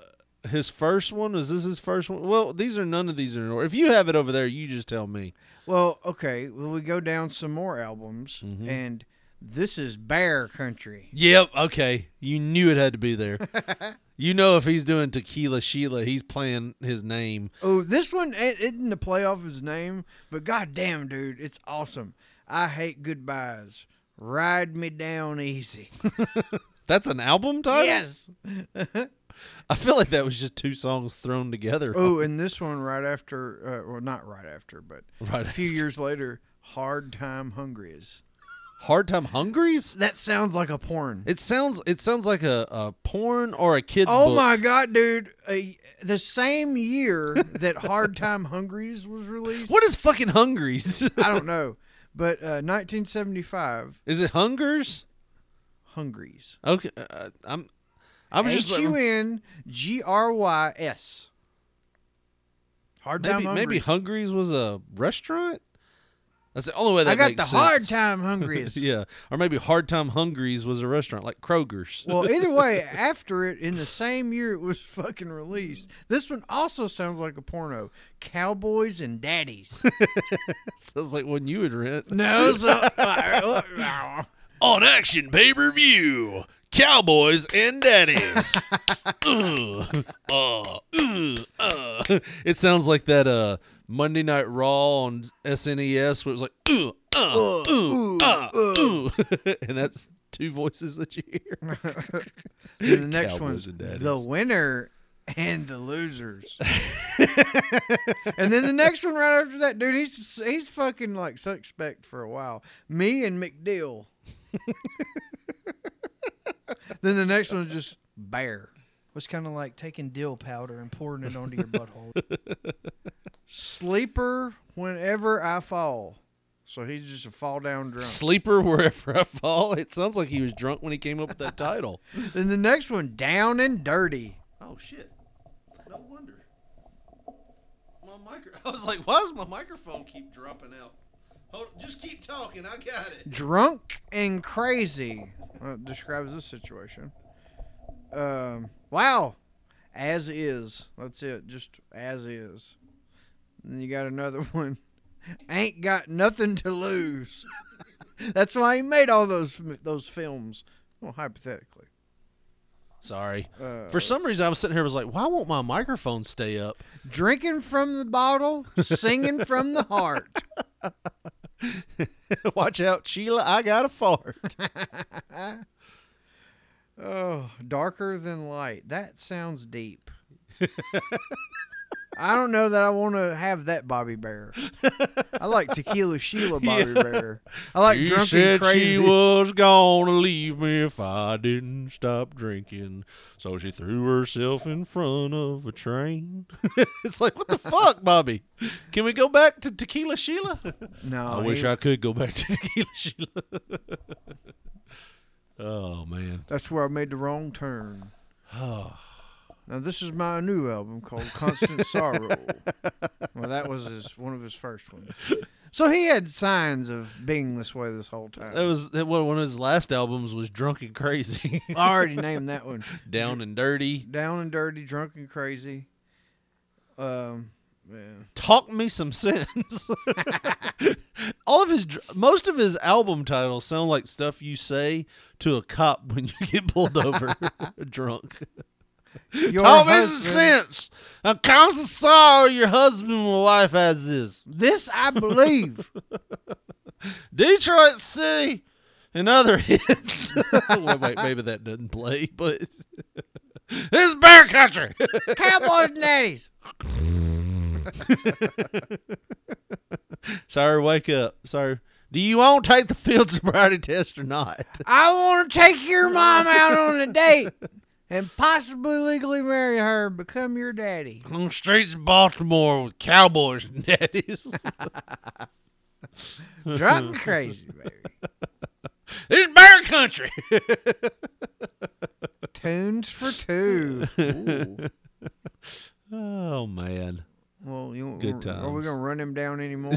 S5: his first one was this his first one? Well, these are none of these are in order. If you have it over there, you just tell me.
S7: Well, okay. Well, we go down some more albums, and this is Bear Country.
S5: Yep. Okay. You knew it had to be there. you know, if he's doing Tequila Sheila, he's playing his name.
S7: Oh, this one it isn't the play off his name, but goddamn, dude, it's awesome. I hate goodbyes. Ride me down easy.
S5: That's an album title.
S7: yes.
S5: I feel like that was just two songs thrown together.
S7: Oh, and this one right after, uh, well, not right after, but
S5: Right
S7: a few years later, Hard Time Hungries.
S5: Hard time hungries.
S7: That sounds like a porn.
S5: It sounds. It sounds like a, a porn or a kids.
S7: Oh
S5: book.
S7: my god, dude! Uh, the same year that Hard Time Hungries was released,
S5: What is fucking hungries?
S7: I don't know, but uh, 1975
S5: is it hungers?
S7: Hungries.
S5: Okay. Uh, I'm. I was just
S7: H U N G R Y S. Hard Time
S5: Maybe,
S7: Hungries.
S5: maybe Hungry's was a restaurant. That's the only way that
S7: I got
S5: makes
S7: the Hard
S5: sense.
S7: Time Hungries.
S5: yeah, or maybe Hard Time Hungry's was a restaurant like Kroger's.
S7: Well, either way, after it, in the same year it was fucking released, this one also sounds like a porno. Cowboys and Daddies.
S5: sounds like one you would rent
S7: no, so.
S5: on Action Pay Per View. Cowboys and daddies. Ugh, uh, ugh, uh. It sounds like that uh Monday Night Raw on SNES where it was like "Ugh, uh, ugh, uh, ugh." and that's two voices that you hear.
S7: And the next
S5: Cowboys
S7: one's
S5: and
S7: the
S5: Daddies.
S7: winner and the losers. and then the next one right after that, dude, he's he's fucking like suspect for a while. Me and McDill. then the next one's just bear.
S11: was kind of like taking dill powder and pouring it onto your butthole.
S7: Sleeper whenever I fall. So he's just a fall down drunk.
S5: Sleeper wherever I fall. It sounds like he was drunk when he came up with that title.
S7: then the next one, down and dirty.
S5: Oh shit! No wonder. My micro. I was like, why does my microphone keep dropping out? Hold, just keep talking. I got it.
S7: drunk and crazy uh, describes this situation. Um, wow, as is. That's it. Just as is. And you got another one. Ain't got nothing to lose. That's why he made all those those films. Well, hypothetically.
S5: Sorry. For some reason, I was sitting here. I was like, why won't my microphone stay up?
S7: Drinking from the bottle, singing from the heart.
S5: Watch out, Sheila. I got a fart.
S7: Oh, darker than light. That sounds deep. I don't know that I want to have that Bobby Bear. I like Tequila Sheila Bobby
S5: Yeah.
S7: Bear. I like
S5: She
S7: drunken
S5: said
S7: crazy.
S5: she was gonna leave me if I didn't stop drinking, so she threw herself in front of a train. it's like, what the fuck, Bobby? Can we go back to Tequila Sheila?
S7: No,
S5: I wish
S7: he-
S5: I could go back to Tequila Sheila. oh man,
S7: That's where I made the wrong turn. now this is my new album called Constant Sorrow. Well, that was his one of his first ones. So he had signs of being this way this whole time.
S5: that was that one one of his last albums was Drunk and Crazy.
S7: I already named that one.
S5: Down and Dirty.
S7: Down and dirty, drunk and crazy. Um, yeah.
S5: Talk me some sense. All of his, dr- most of his album titles sound like stuff you say to a cop when you get pulled over drunk.
S7: Your
S5: Talk me some
S7: husband-
S5: sense. A constant sorrow your husband and wife has this.
S7: This I believe.
S5: Detroit City and other hits. Well, wait, maybe that doesn't play, but it's bear country.
S7: Cowboys and daddies.
S5: Sorry, wake up. Sorry. Do you want to take the field sobriety test or not?
S7: I want to take your mom out on a date and possibly legally marry her, become your daddy.
S5: On the streets of Baltimore with cowboys and daddies.
S7: Drunk and crazy, baby.
S5: It's bear country.
S7: Tunes for two. Ooh.
S5: oh man.
S7: Well, you
S5: Good
S7: are we
S5: times.
S7: gonna run him down anymore?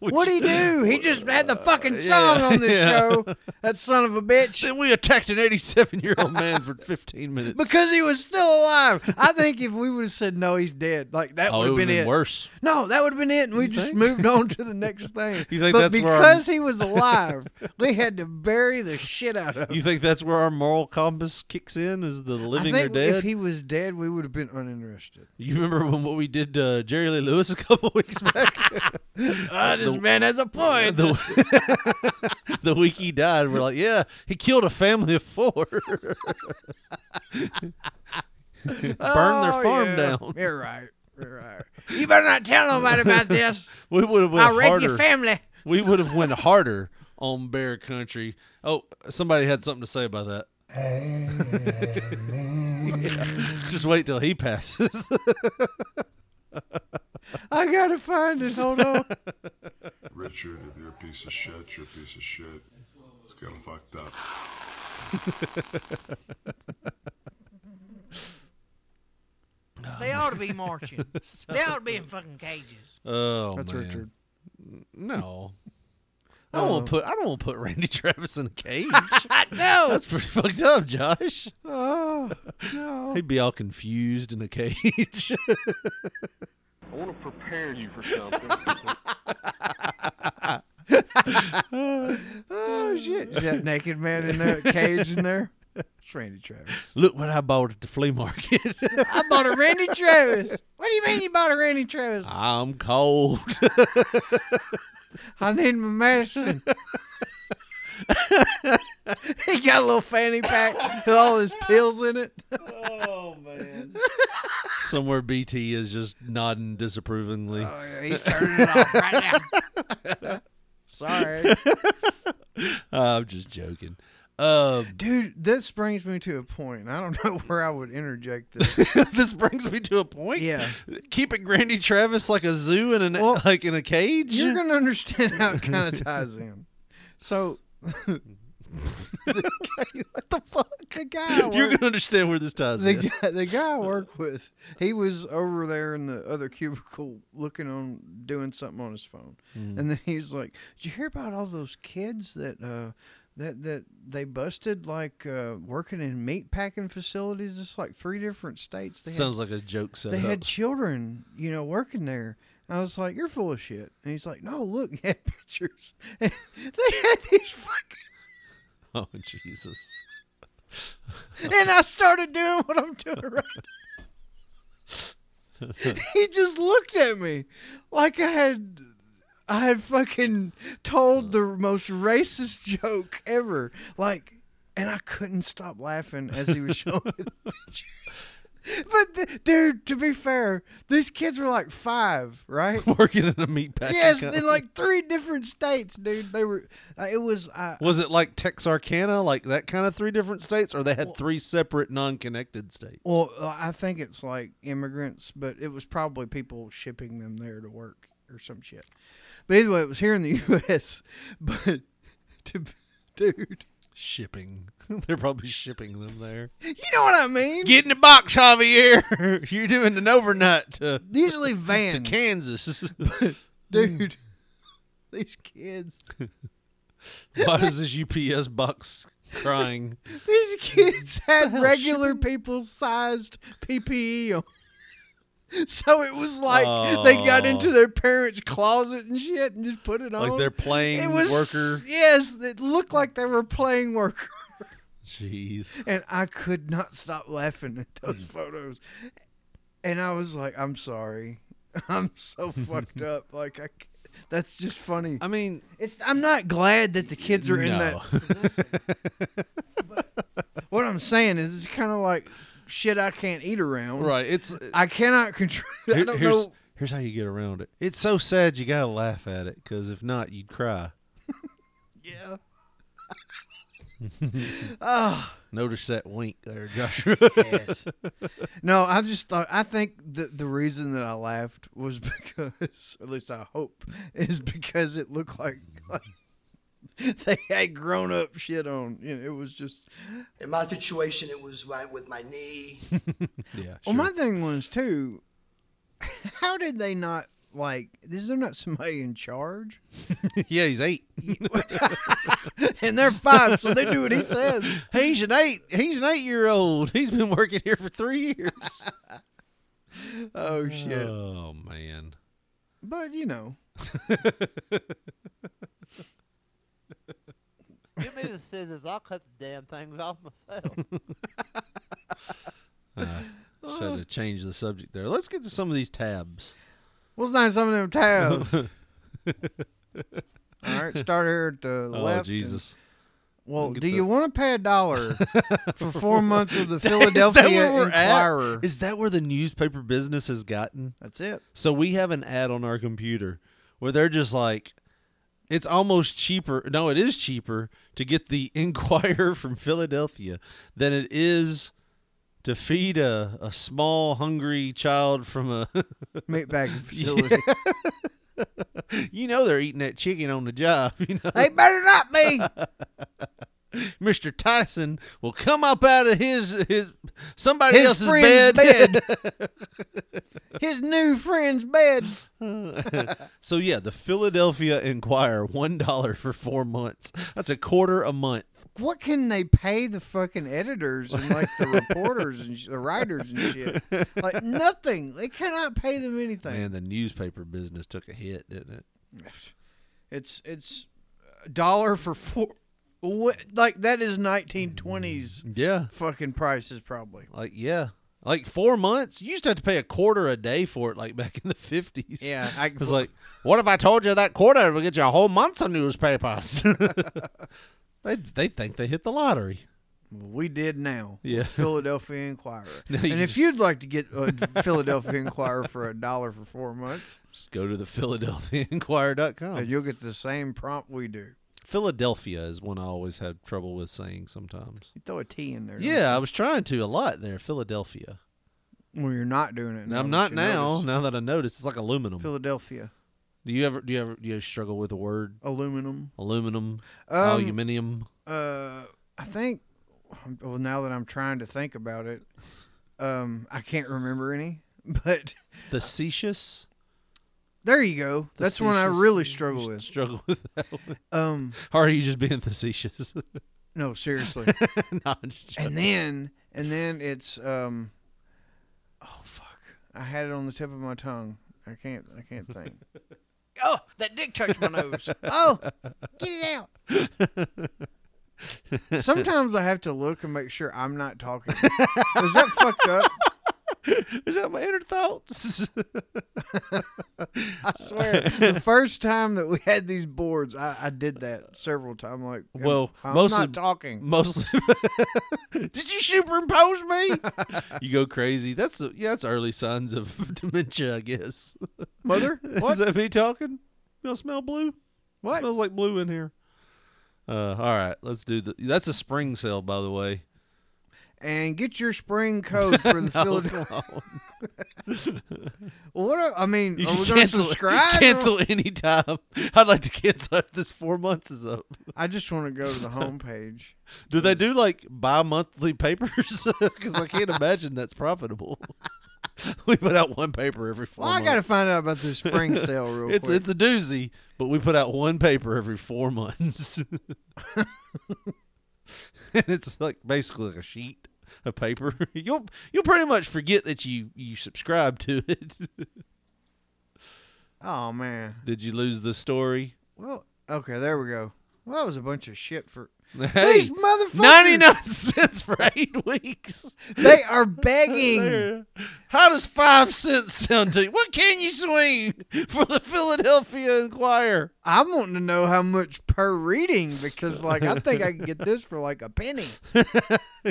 S7: what do he do? He just had the fucking song on this
S5: Uh, yeah.
S7: show. That son of a bitch.
S5: Then we attacked an 87 year old man for 15 minutes.
S7: because he was still alive. I think if we would have said no, he's dead, like that
S5: oh,
S7: would
S5: it
S7: have
S5: would
S7: been,
S5: have been
S7: it.
S5: worse.
S7: No, that would have been it, and we just
S5: think?
S7: moved on to the next thing.
S5: You think
S7: but
S5: that's where I'm-
S7: because he was alive, we had to bury the shit out of him.
S5: You think that's where our moral compass kicks in? Is the living
S7: I
S5: or
S7: think if
S5: dead?
S7: he was dead, we would have been uninterested.
S5: you remember when what we did to Jerry Lee Lewis a couple weeks back?
S7: Ah, this
S5: The-
S7: man has a point.
S5: the, the week he died, we're like, yeah, he killed a family of four. Burned their
S7: Oh,
S5: farm
S7: yeah.
S5: down.
S7: You're right. You're right. You better not tell nobody about this.
S5: We would have went
S7: I'll rape
S5: harder.
S7: your family.
S5: We would have went harder on Bear Country. Oh, somebody had something to say about that. Yeah. Just wait till he passes.
S7: I gotta find this. Hold on.
S12: Richard, if you're a piece of shit, you're a piece of shit. It's kind of fucked up.
S9: They ought to be marching. they ought to be in fucking cages.
S5: oh,
S7: That's
S5: man.
S7: Richard. Uh,
S5: No. I don't want to put I don't want to put Randy Travis in a cage.
S7: no.
S5: That's pretty fucked up, Josh.
S7: Oh no.
S5: He'd be all confused in a cage.
S10: I want to prepare you for something.
S7: Oh shit! Is that naked man in there? Cage in there? It's Randy Travis.
S5: Look what I bought at the flea market.
S7: I bought a Randy Travis. What do you mean you bought a Randy Travis?
S5: I'm cold.
S7: I need my medicine. he got a little fanny pack with all his pills in it.
S5: Somewhere BT is just nodding disapprovingly.
S7: Oh, yeah, he's turning it off right now. Sorry.
S5: Uh, I'm just joking. Um,
S7: Dude, this brings me to a point. and I don't know where I would interject this.
S5: this brings me to a point.
S7: Yeah.
S5: Keeping Randy Travis like a zoo in an like in a cage.
S7: You're going to understand how it kind of ties in. So,
S5: what the fuck?
S7: the guy. I
S5: You're
S7: work-
S5: gonna understand where this ties
S7: the
S5: in.
S7: guy, the guy I work with, he was over there in the other cubicle looking on doing something on his phone,
S5: Mm.
S7: and then he's like, "Did you hear about all those kids that uh, that that they busted like uh, working in meat packing facilities? It's like three different states. They
S5: Sounds like a joke
S7: had,
S5: setup.
S7: they had children, you know, working there." And I was like, "You're full of shit," and he's like, "No, look, he had pictures. And they had these fucking."
S5: oh Jesus.
S7: and I started doing what I'm doing right. now. he just looked at me like I had I had fucking told the most racist joke ever. Like, and I couldn't stop laughing as he was showing the pictures. But th- dude, to be fair, these kids were like five, right?
S5: Working in a meat packing
S7: Yes,
S5: company.
S7: in like three different states, dude. They were. Uh, it was. Uh,
S5: Was it like Texarkana, like that kind of three different states, or they had three separate non-connected states?
S7: Well, uh, I think it's like immigrants, but it was probably people shipping them there to work or some shit. But either way, it was here in the U.S. But, to, dude,
S5: Shipping. They're probably shipping them there.
S7: you know what I mean?
S5: Get in the box, Javier. You're doing an overnight uh, to
S7: Usually
S5: to
S7: vans.
S5: Kansas.
S7: dude, these kids,
S5: Why is this UPS box crying?
S7: these kids had
S5: Oh,
S7: regular people-sized PPE E on. So it was like they got
S5: Oh.
S7: into their parents' closet and shit and just put it on.
S5: Like they're playing
S7: It was
S5: worker.
S7: Yes, it looked like they were playing worker.
S5: Jeez.
S7: and I could not stop laughing at
S5: Hmm.
S7: those photos. And I was like, I'm sorry. I'm so fucked up. Like I c- that's just funny. I
S5: mean,
S7: it's I'm not glad that the kids are in that. what I'm saying is it's kind of like shit I can't eat around.
S5: Right, it's-
S7: I cannot control I
S5: Here-
S7: don't
S5: here's,
S7: know.
S5: here's how you get around it. It's so sad you gotta laugh at it, because if not, you'd cry.
S7: Yeah. Ah.
S5: Notice that wink there, Joshua.
S7: Yes. No, I just thought I think the the reason that I laughed was because at least I hope is because it looked like, like they had grown up shit on. You know, it was just
S13: In my situation, it was right with my knee.
S5: yeah.
S7: Well, my thing was too. How did they not like? Is there not somebody in charge?
S5: yeah, he's eight.
S7: and they're five, so they do what he says.
S5: He's an eight. He's an eight-year-old. He's been working here for three years.
S7: Oh shit!
S5: Oh man.
S7: But you know,
S6: Give me the scissors. I'll cut the damn things off myself.
S5: Uh, should have changed the subject there. Let's get to some of these tabs.
S7: what's nice some of them tabs? All right, start here at the
S5: Oh,
S7: left. and-
S5: Jesus.
S7: Well,
S5: Get
S7: do
S5: the-
S7: you want to pay a dollar for four months of the
S5: Is that
S7: Philadelphia
S5: where we're at?
S7: Inquirer?
S5: Is that where the newspaper business has gotten?
S7: That's it.
S5: So we have an ad on our computer where they're just like, it's almost cheaper. No, it is cheaper to get the Inquirer from Philadelphia than it is to feed a, a small, hungry child from a
S7: meat packing facility.
S5: you know they're eating that chicken on the job. You know?
S7: They better not be.
S5: Mr. Tyson will come up out of his his somebody
S7: His
S5: else's
S7: friend's
S5: bed.
S7: His new friend's bed.
S5: so yeah, the Philadelphia Inquirer, one dollar for four months. That's a quarter a month.
S7: what can they pay the fucking editors and like the reporters and sh- the writers and shit? Like nothing. They cannot pay them anything.
S5: Man, the newspaper business took a hit, didn't it?
S7: It's it's a dollar for four. What, like that is 1920s
S5: Yeah.
S7: fucking prices probably.
S5: Like yeah. Like four months, you used to have to pay a quarter a day for it, like back in the fifties.
S7: Yeah, I-
S5: I was like, "What if I told you that quarter would get you a whole month's of newspapers?" they they think they hit the lottery.
S7: We did now.
S5: Yeah.
S7: Philadelphia Inquirer.
S5: Now you
S7: and if
S5: just-
S7: you'd like to get a Philadelphia Inquirer for a dollar for four months,
S5: Just go to the philadelphiainquirer.com.
S7: you'll get the same prompt we do.
S5: Philadelphia is one I always had trouble with saying sometimes.
S7: You throw a T in there.
S5: Yeah, I was trying to a lot there, Philadelphia.
S7: Well, you're not doing it.
S5: And
S7: now
S5: I'm
S7: that
S5: not
S7: you
S5: now.
S7: notice.
S5: Now that I notice, it's like aluminum.
S7: Philadelphia.
S5: do you ever do you ever do you struggle with the word
S7: Aluminum.
S5: aluminum,
S7: Um,
S5: aluminium?
S7: Uh, I think. Well, now that I'm trying to think about it, um, I can't remember any. But
S5: Facetious.
S7: there you go. That's one I
S5: Facetious?
S7: really
S5: You
S7: struggle
S5: s-
S7: with.
S5: Struggle with that one.
S7: Um,
S5: or are you just being facetious?
S7: No, seriously.
S5: no, I'm just joking.
S7: and then and then it's um oh fuck. I had it on the tip of my tongue. I can't I can't think.
S9: Oh, that did touch my nose.
S7: Oh, get it out. Sometimes I have to look and make sure I'm not talking. Is that fucked up?
S5: Is that my inner thoughts?
S7: I swear, the first time that we had these boards, I, I did that several times. Like, am-
S5: Well,
S7: I'm
S5: mostly
S7: not talking.
S5: Mostly,
S7: did you superimpose me?
S5: you go crazy. That's the- yeah, that's early signs of dementia, I guess.
S7: Mother, what?
S5: is that me talking? You smell blue?
S7: What
S5: smells like blue in here? Uh, all right, let's do the. That's a spring sale, by the way.
S7: and get your spring code for the
S5: No,
S7: Philadelphia. what? Are, I mean,
S5: You
S7: are
S5: can
S7: we going to
S5: cancel it-
S7: subscribe?
S5: cancel any time. I'd like to cancel if this four months is up.
S7: I just want to go to the homepage.
S5: Do they do like bi-monthly papers? Because I can't imagine that's profitable. we put out one paper every four.
S7: Well, I
S5: months.
S7: got to find out about this spring sale real
S5: it's
S7: quick.
S5: it's a doozy, but we put out one paper every four months, and it's like basically like a sheet of paper. you'll you'll pretty much forget that you you subscribe to it.
S7: oh man.
S5: Did you lose the story?
S7: Well, okay, there we go. Well, that was a bunch of shit for
S5: Hey,
S7: these motherfuckers.
S5: 99 cents for eight weeks.
S7: They are begging.
S5: There. How does five cents sound to you? What can you swing for the Philadelphia Inquirer?
S7: I'm wanting to know how much per reading because, like, I think I can get this for like a penny.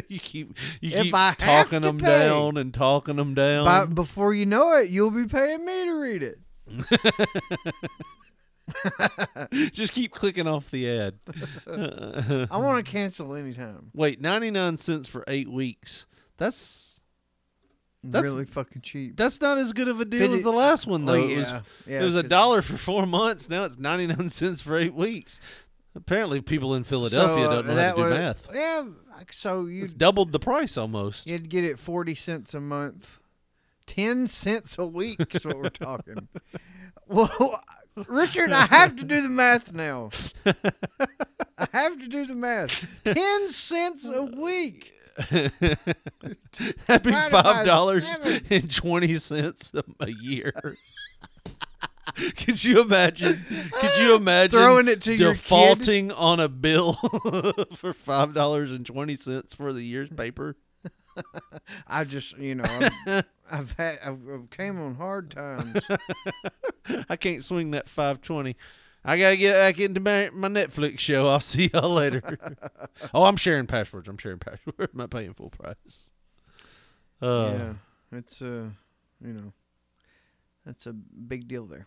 S5: you keep you
S7: If
S5: keep
S7: I have
S5: talking
S7: to
S5: them
S7: pay.
S5: down and talking them down.
S7: But before you know it, you'll be paying me to read it.
S5: Just keep clicking off the ad.
S7: I want to cancel anytime.
S5: Wait, 99 cents for 8 weeks. That's that's
S7: really fucking cheap.
S5: That's not as good of a deal
S7: Fifty-
S5: as the last one though.
S7: Oh,
S5: It was
S7: yeah. Yeah,
S5: it was a
S7: fifty-
S5: dollar for 4 months. Now it's 99 cents for 8 weeks. Apparently people in Philadelphia
S7: So, uh,
S5: don't know how
S7: that
S5: to do
S7: was-
S5: math.
S7: Yeah, like, so you
S5: It's doubled the price almost.
S7: you'd get it forty cents a month, ten cents a week is what we're talking. well, Richard, I have to do the math now. I have to do the math. Ten cents a week.
S5: That'd be
S7: Divided by
S5: five dollars
S7: seven.
S5: and twenty cents a year. Could you imagine? Could you imagine
S7: Throwing it to your kid?
S5: defaulting on a bill for five dollars and twenty cents for the year's paper?
S7: I just, you know, I've, I've had, I've, I've came on hard times.
S5: I can't swing that five twenty. I gotta get back into my, my Netflix show. I'll see y'all later. oh, I'm sharing passwords. I'm sharing passwords. I'm not paying full price. Uh,
S7: yeah, it's uh, you know, that's a big deal there.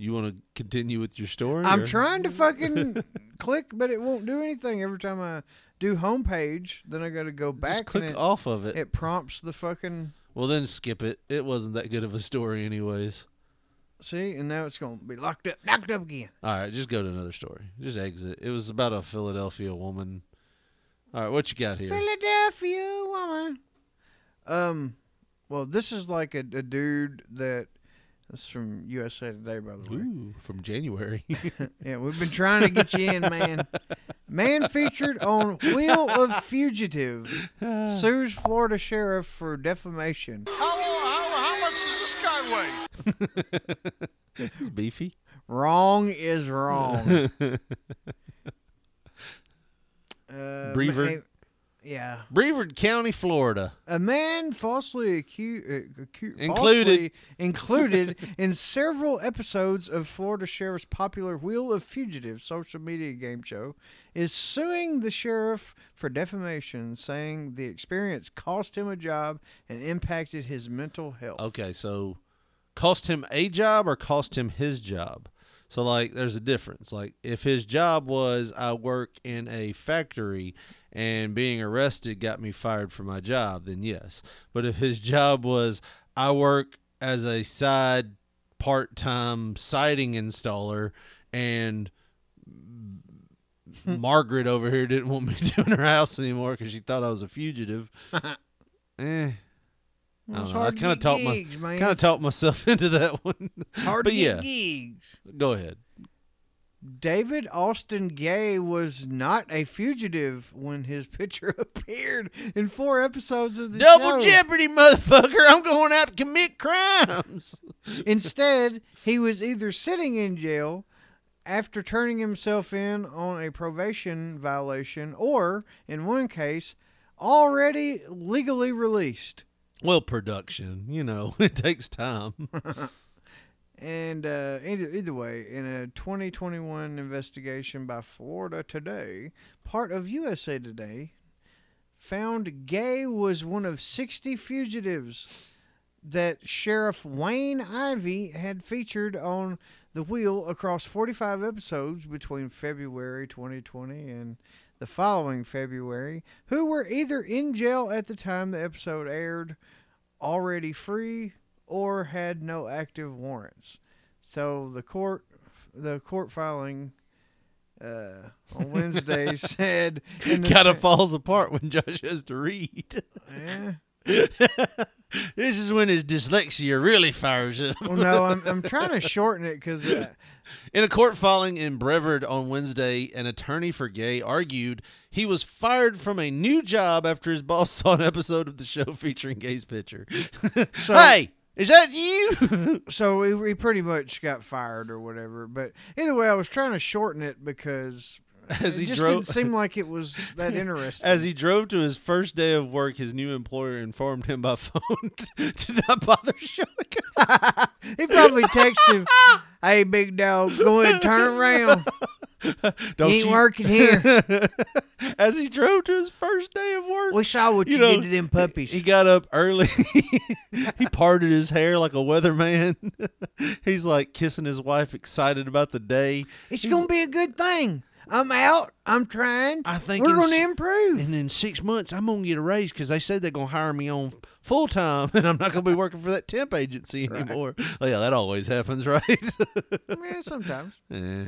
S5: You want to continue with your story?
S7: I'm
S5: or-
S7: trying to fucking click, but it won't do anything. Every time I do homepage, then I got to go back.
S5: Just click
S7: and it,
S5: off of it.
S7: It prompts the fucking
S5: Well, then skip it. It wasn't that good of a story, anyways.
S7: see, and now it's gonna be locked up, locked up again.
S5: All right, just go to another story. Just exit. It was about a Philadelphia woman. All right, what you got here?
S7: Philadelphia woman. Um, well, this is like a, a dude that. That's from USA Today, by the way.
S5: Ooh, from January.
S7: Yeah, we've been trying to get you in, man. Man featured on Wheel of Fugitive sues Florida sheriff for defamation.
S10: How, how, how much does this guy weigh?
S5: it's beefy.
S7: Wrong is wrong. Uh,
S5: Brevard.
S7: Yeah.
S5: Brevard County, Florida.
S7: A man falsely accused, uh, acu-
S5: Included.
S7: falsely included in several episodes of Florida Sheriff's popular Wheel of Fugitive social media game show, is suing the sheriff for defamation, saying the experience cost him a job and impacted his mental health.
S5: Okay, so cost him a job or cost him his job? So like there's a difference. Like if his job was I work in a factory and being arrested got me fired from my job, then yes. But if his job was I work as a side part-time siding installer and
S7: Mm.
S5: Margaret over here didn't want me doing her house anymore because she thought I was a fugitive. eh, I
S7: Well, it's
S5: don't know. I
S7: hard to
S5: kind of
S7: get
S5: talked my
S7: gigs, man.
S5: kind of talked myself into that one.
S7: Hard
S5: but
S7: to
S5: yeah,
S7: get gigs.
S5: go ahead.
S7: David Austin Gay was not a fugitive when his picture appeared in four episodes of the
S5: Double
S7: show.
S5: jeopardy, motherfucker! I'm going out to commit crimes.
S7: Instead, he was either sitting in jail after turning himself in on a probation violation or, in one case, already legally released.
S5: Well, production, you know, it takes time.
S7: And uh, either, either way, in a 2021 investigation by Florida Today, part of USA Today, found Gay was one of 60 fugitives that Sheriff Wayne Ivy had featured on The Wheel across 45 episodes between February 2020 and the following February, who were either in jail at the time the episode aired, already free, or had no active warrants. So the court, the court filing uh, on Wednesday said, in the
S5: kind of
S7: cha-
S5: falls apart when Josh has to read.
S7: Yeah.
S5: this is when his dyslexia really fires up.
S7: Well, no, I'm, I'm trying to shorten it because uh,
S5: In a court filing in Brevard on Wednesday, an attorney for Gay argued he was fired from a new job after his boss saw an episode of the show featuring Gay's picture. hey, is that you?
S7: so he, he pretty much got fired or whatever. But either way, I was trying to shorten it because
S5: As
S7: it
S5: he
S7: just
S5: drove-
S7: didn't seem like it was that interesting.
S5: As he drove to his first day of work, his new employer informed him by phone to not bother showing up.
S7: he probably texted him, "Hey, big dog, go ahead, and turn around.
S5: Don't
S7: you ain't working here."
S5: As he drove to his first day of work,
S7: we saw what you,
S5: know,
S7: did to them puppies.
S5: He got up early. he parted his hair like a weatherman. He's like kissing his wife, excited about the day.
S7: It's gonna be a good thing. I'm out. I'm trying.
S5: I think
S7: we're
S5: in
S7: gonna
S5: s-
S7: improve.
S5: And in six months, I'm gonna get a raise because they said they're gonna hire me on full time, and I'm not gonna be working for that temp agency anymore. Well, yeah, that always happens, right?
S7: Yeah, sometimes.
S5: Eh.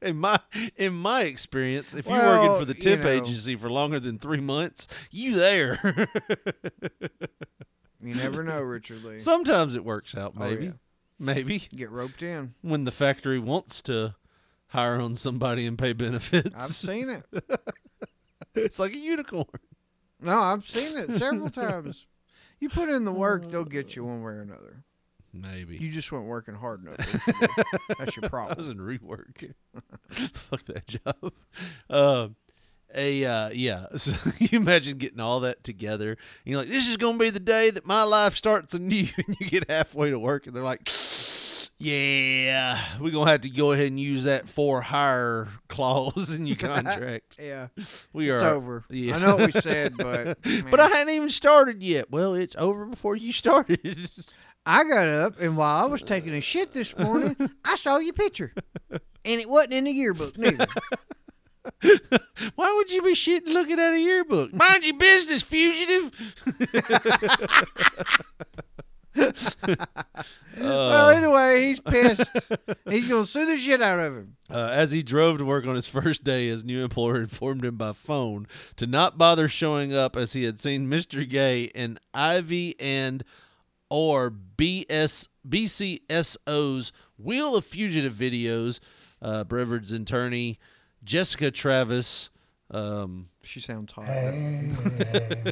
S5: in my in my experience, if you're
S7: Well,
S5: working for the
S7: you
S5: temp
S7: know.
S5: agency for longer than three months, you there.
S7: You never know, Richard Lee.
S5: Sometimes it works out,
S7: Oh, yeah.
S5: maybe, maybe
S7: Get roped in.
S5: when the factory wants to hire on somebody and pay benefits.
S7: I've seen it.
S5: it's like a unicorn.
S7: No, I've seen it several times. You put in the work, they'll get you one way or another.
S5: Maybe
S7: You just weren't working hard enough. Richard Lee. That's your problem.
S5: I was in rework. Fuck that job. Um, a uh, yeah. So you imagine getting all that together, and you're like, "This is gonna be the day that my life starts anew." And you get halfway to work, and they're like, "Yeah, we're gonna have to go ahead and use that for hire clause in your contract."
S7: Yeah.
S5: we are
S7: It's over. I know what we said, but,
S5: but I
S7: man.
S5: hadn't even started yet. Well, it's over before you started.
S7: I got up, and while I was taking a shit this morning, I saw your picture. And it wasn't in the yearbook, neither.
S5: Why would you be shitting looking at a yearbook? Mind your business, fugitive. Uh.
S7: well, either way, he's pissed. he's going to sue the shit out of him.
S5: Uh, as he drove to work on his first day, his new employer informed him by phone to not bother showing up as he had seen Mr. Gay and Ivy and or BS, BCSO's Wheel of Fugitive videos. Uh, Brevard's attorney, Jessica Travis. Um,
S7: She sounds hot.
S5: no
S7: she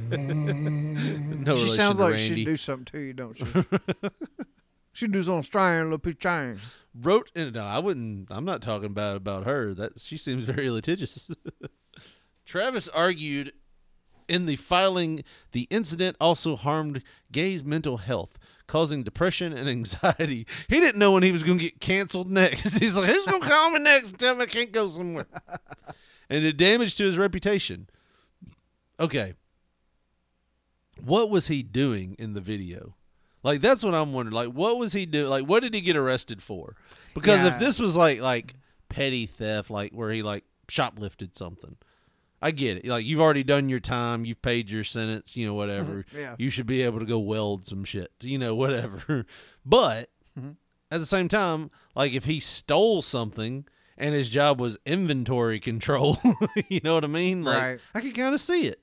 S5: relation
S7: sounds
S5: to
S7: like
S5: Randy.
S7: she'd do something to you, don't she? she'd do something strange, little poo strange.
S5: wrote and no, I wouldn't I'm not talking bad about her. That she seems very litigious. Travis argued in the filing the incident also harmed Gay's mental health, causing depression and anxiety. He didn't know when he was gonna get canceled next. He's like, Who's gonna call me next and tell me I can't go somewhere? and it damaged to his reputation. Okay. What was he doing in the video? Like that's what I'm wondering. Like what was he doing? Like what did he get arrested for? Because if
S7: Yeah.
S5: this was like like petty theft, like where he like shoplifted something, I get it. Like you've already done your time, you've paid your sentence, you know whatever.
S7: Mm-hmm. Yeah.
S5: You should be able to go weld some shit, you know whatever. but
S7: Mm-hmm.
S5: at the same time, like if he stole something and his job was inventory control, you know what I mean? Like
S7: Right.
S5: I can kind of see it.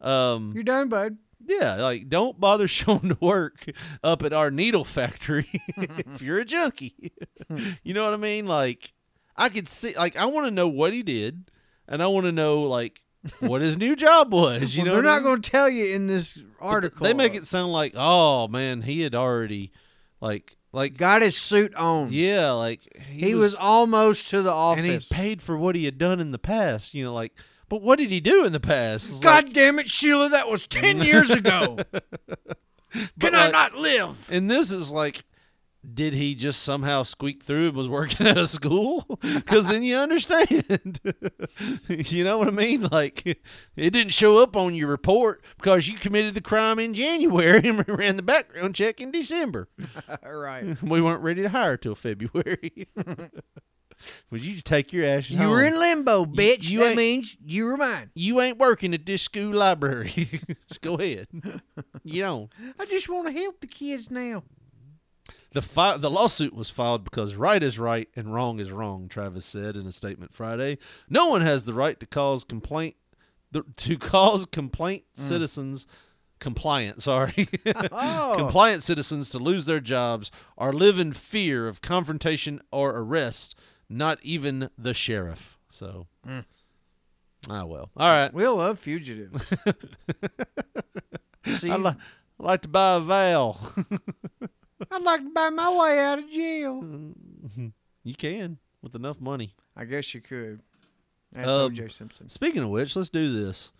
S5: Um
S7: You're done, bud.
S5: yeah, like don't bother showing to work up at our needle factory if you're a junkie. you know what I mean? Like I could see like I want to know what he did and I want to know like what his new job was, you know.
S7: Well, they're
S5: what I
S7: not
S5: mean?
S7: going to tell you in this article.
S5: They make it sound like, "Oh, man, he had already like like
S7: got his suit on."
S5: Yeah, like
S7: He was almost to the office.
S5: and he paid for what he had done in the past, you know, like But what did he do in the past? It's
S7: God
S5: like-
S7: damn it, Sheila, that was 10 years ago.
S5: But,
S7: Can I
S5: like-
S7: not live?
S5: And this is like, did he just somehow squeak through and was working at a school? Because then you understand. you know what I mean? Like, it didn't show up on your report because you committed the crime in January and we ran the background check in December.
S7: right.
S5: We weren't ready to hire till February. Would you take your ass?
S7: You were in limbo, bitch.
S5: you
S7: that
S5: ain't-
S7: means you were mine.
S5: You ain't working at this school library. just go ahead. You don't.
S7: I just want to help the kids now.
S5: The fi- the lawsuit was filed because right is right and wrong is wrong. Travis said in a statement Friday. No one has the right to cause complaint th- to cause complaint
S7: Mm.
S5: citizens compliant. Sorry,
S7: Oh,
S5: compliant citizens to lose their jobs or live in fear of confrontation or arrest. Not even the sheriff. So.
S7: Mm.
S5: Ah well. All right.
S7: We love fugitives. See?
S5: I'd, li- like to buy a veil.
S7: I'd like to buy my way out of jail.
S5: you can with enough money.
S7: I guess you could. That's
S5: Um,
S7: OJ Simpson.
S5: Speaking of which, let's do this.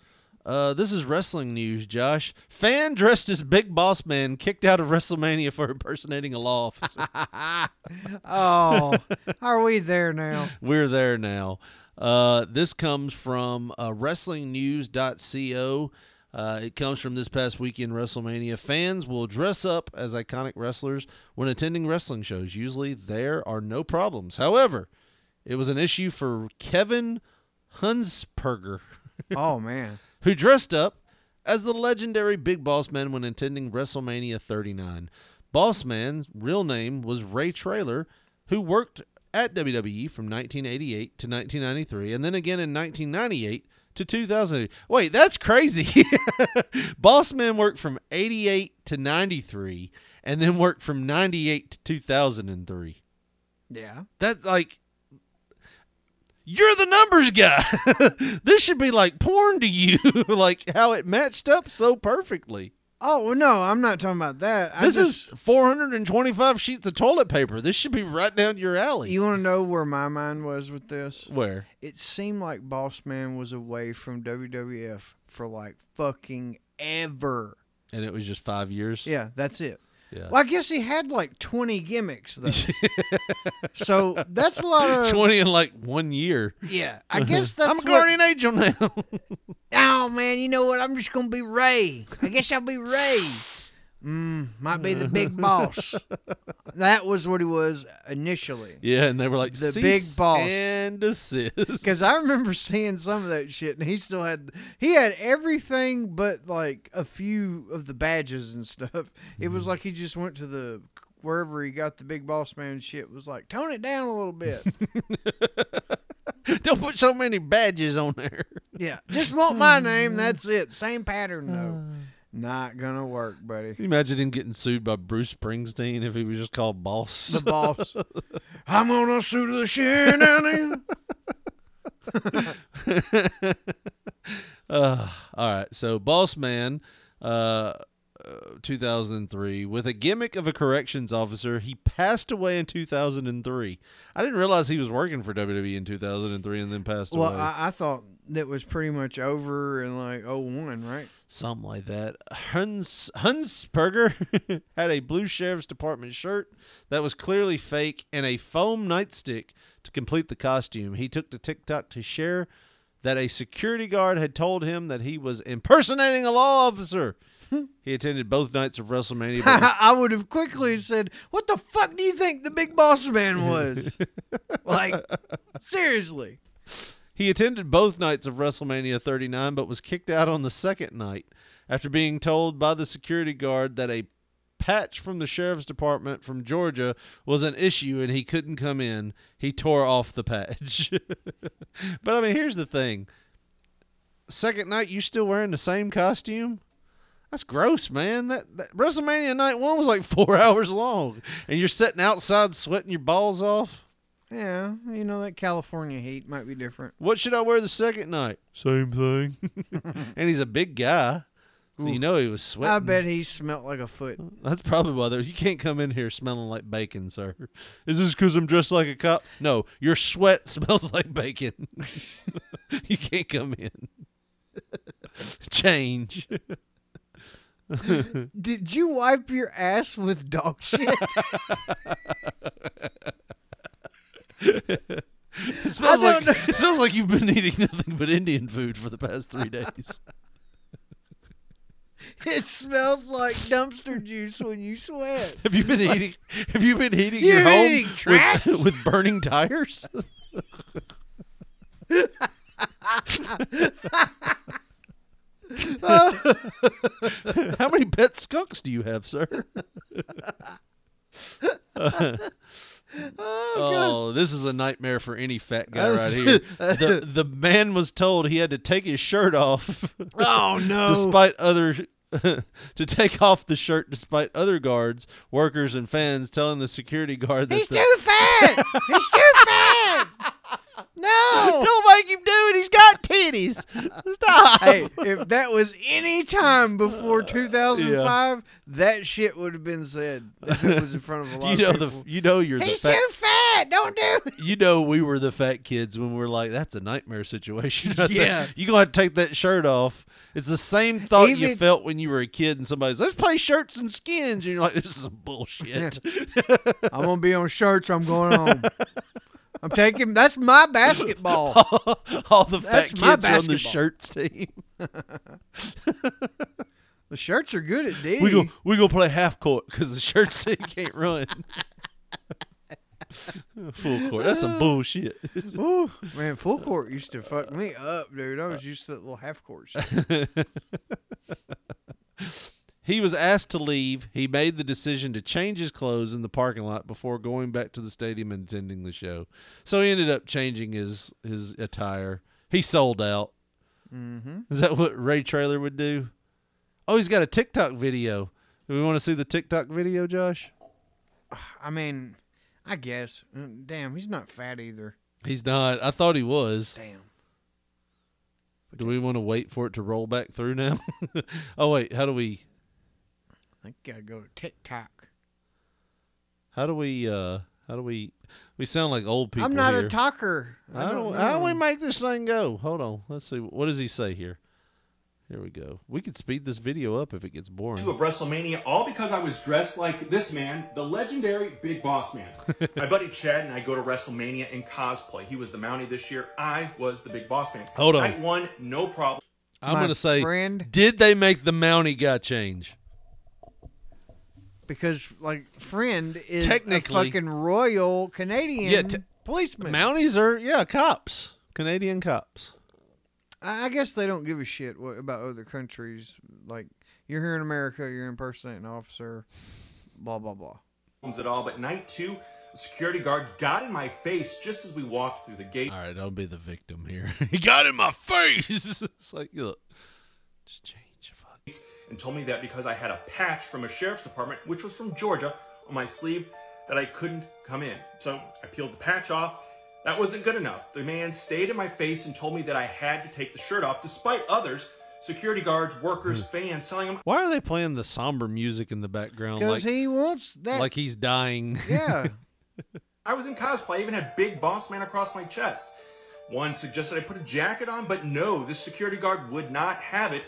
S5: Uh, this is wrestling news, Josh. Fan dressed as Big Boss Man kicked out of WrestleMania for impersonating a law officer.
S7: Oh, are we there now?
S5: We're there now. Uh, this comes from uh, WrestlingNews.co. Uh, it comes from this past weekend WrestleMania. Fans will dress up as iconic wrestlers when attending wrestling shows. Usually, there are no problems. However, it was an issue for Kevin Hunsperger.
S7: Oh, man.
S5: who dressed up as the legendary Big Boss Man when attending WrestleMania 39. Boss Man's real name was Ray Trailer, who worked at WWE from 1988 to 1993 and then again in 1998 to 2000. Wait, that's crazy. Boss Man worked from 88 to 93 and then worked from 98 to 2003.
S7: Yeah.
S5: That's like you're the numbers guy. this should be like porn to you, like how it matched up so perfectly.
S7: Oh, well, no, I'm not talking about that. I
S5: this
S7: just,
S5: is 425 sheets of toilet paper. This should be right down your alley.
S7: You want to know where my mind was with this?
S5: Where?
S7: It seemed like Boss Man was away from WWF for like fucking ever.
S5: And it was just five years.
S7: Yeah, that's it.
S5: Yeah.
S7: Well, I guess he had like 20 gimmicks, though. so that's a lot of.
S5: 20 in like one year.
S7: Yeah, I guess that's.
S5: I'm a
S7: what-
S5: guardian angel now.
S7: Oh, man, you know what? I'm just going to be Ray. I guess I'll be Ray. Mm, might be the big boss. that was what he was initially.
S5: yeah, and they were like,
S7: The
S5: "Cease
S7: big boss.
S5: And desist.
S7: Because I remember seeing some of that shit, and he still had he had everything but like a few of the badges and stuff. It was like he just went to the wherever he got the big boss man shit was like tone it down a little bit.
S5: Don't put so many badges on there.
S7: yeah, just want my name. That's it. Same pattern though. Not gonna work, buddy.
S5: Can you imagine him getting sued by Bruce Springsteen if he was just called Boss?
S7: The boss. I'm gonna sue the shit out of you.
S5: Uh, all right. So, Boss Man, uh, uh, 2003, with a gimmick of a corrections officer, he passed away in 2003. I didn't realize he was working for WWE in 2003 and then passed
S7: Well,
S5: away.
S7: I, I thought that was pretty much over in like oh one, right?
S5: Something like that. Huns Hunsberger had a blue sheriff's department shirt that was clearly fake and a foam nightstick to complete the costume. He took to TikTok to share that a security guard had told him that he was impersonating a law officer. he attended both nights of WrestleMania. but
S7: I would have quickly said, "What the fuck do you think the big boss man was?" like, seriously.
S5: He attended both nights of WrestleMania 39, but was kicked out on the second night after being told by the security guard that a patch from the sheriff's department from Georgia was an issue and he couldn't come in. He tore off the patch. but I mean, here's the thing second night, you still wearing the same costume? That's gross, man. That, that WrestleMania night one was like four hours long, and you're sitting outside sweating your balls off.
S7: Yeah, you know that California heat might be different.
S5: What should I wear the second night? Same thing. and he's a big guy. You know he was sweating.
S7: I bet he smelt like a foot.
S5: That's probably why there's. You can't come in here smelling like bacon, sir. Is this because I'm dressed like a cop? No, your sweat smells like bacon. you can't come in. Change.
S7: Did you wipe your ass with dog shit?
S5: It smells
S7: I don't
S5: like it smells like you've been eating nothing but Indian food for the past three days.
S7: it smells like dumpster juice when you sweat.
S5: Have you been eating? Have you been eating
S7: You've
S5: your
S7: been
S5: home
S7: eating
S5: with-
S7: trash?
S5: With, burning tires? How many pet skunks do you have, sir? Oh, this is a nightmare for any fat guy right
S7: That's-
S5: here. The, the man was told he had to take his shirt off.
S7: Oh, no.
S5: Despite other to take off the shirt despite other guards, workers and fans telling the security guard that
S9: He's
S5: the-
S9: too fat. He's too fat. No.
S5: Don't make him do it. He's got titties. Stop.
S7: Hey, if that was any time before 2005, that shit would have been said if it was in front of a lot
S5: You know
S7: of
S5: the
S7: people.
S5: you know you're
S7: He's
S5: the fat,
S7: too fat. Don't do it.
S5: you know we were the fat kids when we were like that's a nightmare situation.
S7: Yeah.
S5: you gonna have to take that shirt off. It's the same thought you
S7: Even-
S5: felt when you were a kid and somebody's let's play shirts and skins and you're like this is some bullshit.
S7: I'm gonna be on shirts. I'm going home. I'm taking. That's my
S5: Oh.
S7: basketball.
S5: All the fat
S7: That's my
S5: kids are on
S7: basketball.
S5: the shirts team.
S7: the shirts are good at D.
S5: We go we gonna play half court because the shirts team can't run. Full court. That's some bullshit.
S7: Ooh, man, full court used to fuck me up, dude. I was used to that little half court shit.
S5: He was asked to leave. He made the decision to change his clothes in the parking lot before going back to the stadium and attending the show. So he ended up changing his his attire. He sold out.
S7: Mm-hmm.
S5: Is that what Ray Trailer would do? Oh, he's got a TikTok video. Do we want to see the TikTok video, Josh?
S7: I mean, I guess. Mm, Damn, he's not fat either.
S5: He's not. I thought he was.
S7: Damn.
S5: Do we want to wait for it to roll back through now? oh wait, how do we
S7: I think you gotta go to TikTok.
S5: how do we uh how do we we sound like old people
S7: I'm not
S5: here.
S7: a talker.
S5: I don't, how do we make this thing go? Hold on. Let's see. What does he say here? Here we go. We could speed this video up if it gets boring.
S14: of WrestleMania, all because I was dressed like this man, the legendary Big Boss Man. My buddy Chad and I go to WrestleMania in cosplay. He was the Mountie this year. I was the Big Boss Man.
S5: Hold on.
S14: Night one, no problem.
S5: I'm
S14: My
S5: gonna say
S14: friend-
S5: Did they make the Mountie guy change?
S7: because like friend is
S5: Technically-
S7: a fucking royal Canadian
S5: Yeah, te-
S7: policeman.
S5: Mounties are yeah, cops. Canadian cops.
S7: I I guess they don't give a shit what, about other countries. Like you're here in America, you're impersonating an officer. Blah blah blah.
S14: problems at all. But night two, the security guard got in my face just as we walked through the gate. All
S5: right, don't be the victim here. he got in my face. it's like, look, just change.
S14: And told me that because I had a patch from a sheriff's department, which was from Georgia, on my sleeve, that I couldn't come in. So I peeled the patch off. That wasn't good enough. The man stayed in my face and told me that I had to take the shirt off, despite others, security guards, workers, fans, telling him
S5: Why are they playing the somber music in the background?
S14: Because
S5: Like,
S7: he wants that.
S5: Like he's dying.
S7: Yeah.
S14: I was in cosplay. I even had Big Boss Man across my chest. One suggested I put a jacket on, but no, this security guard would not have it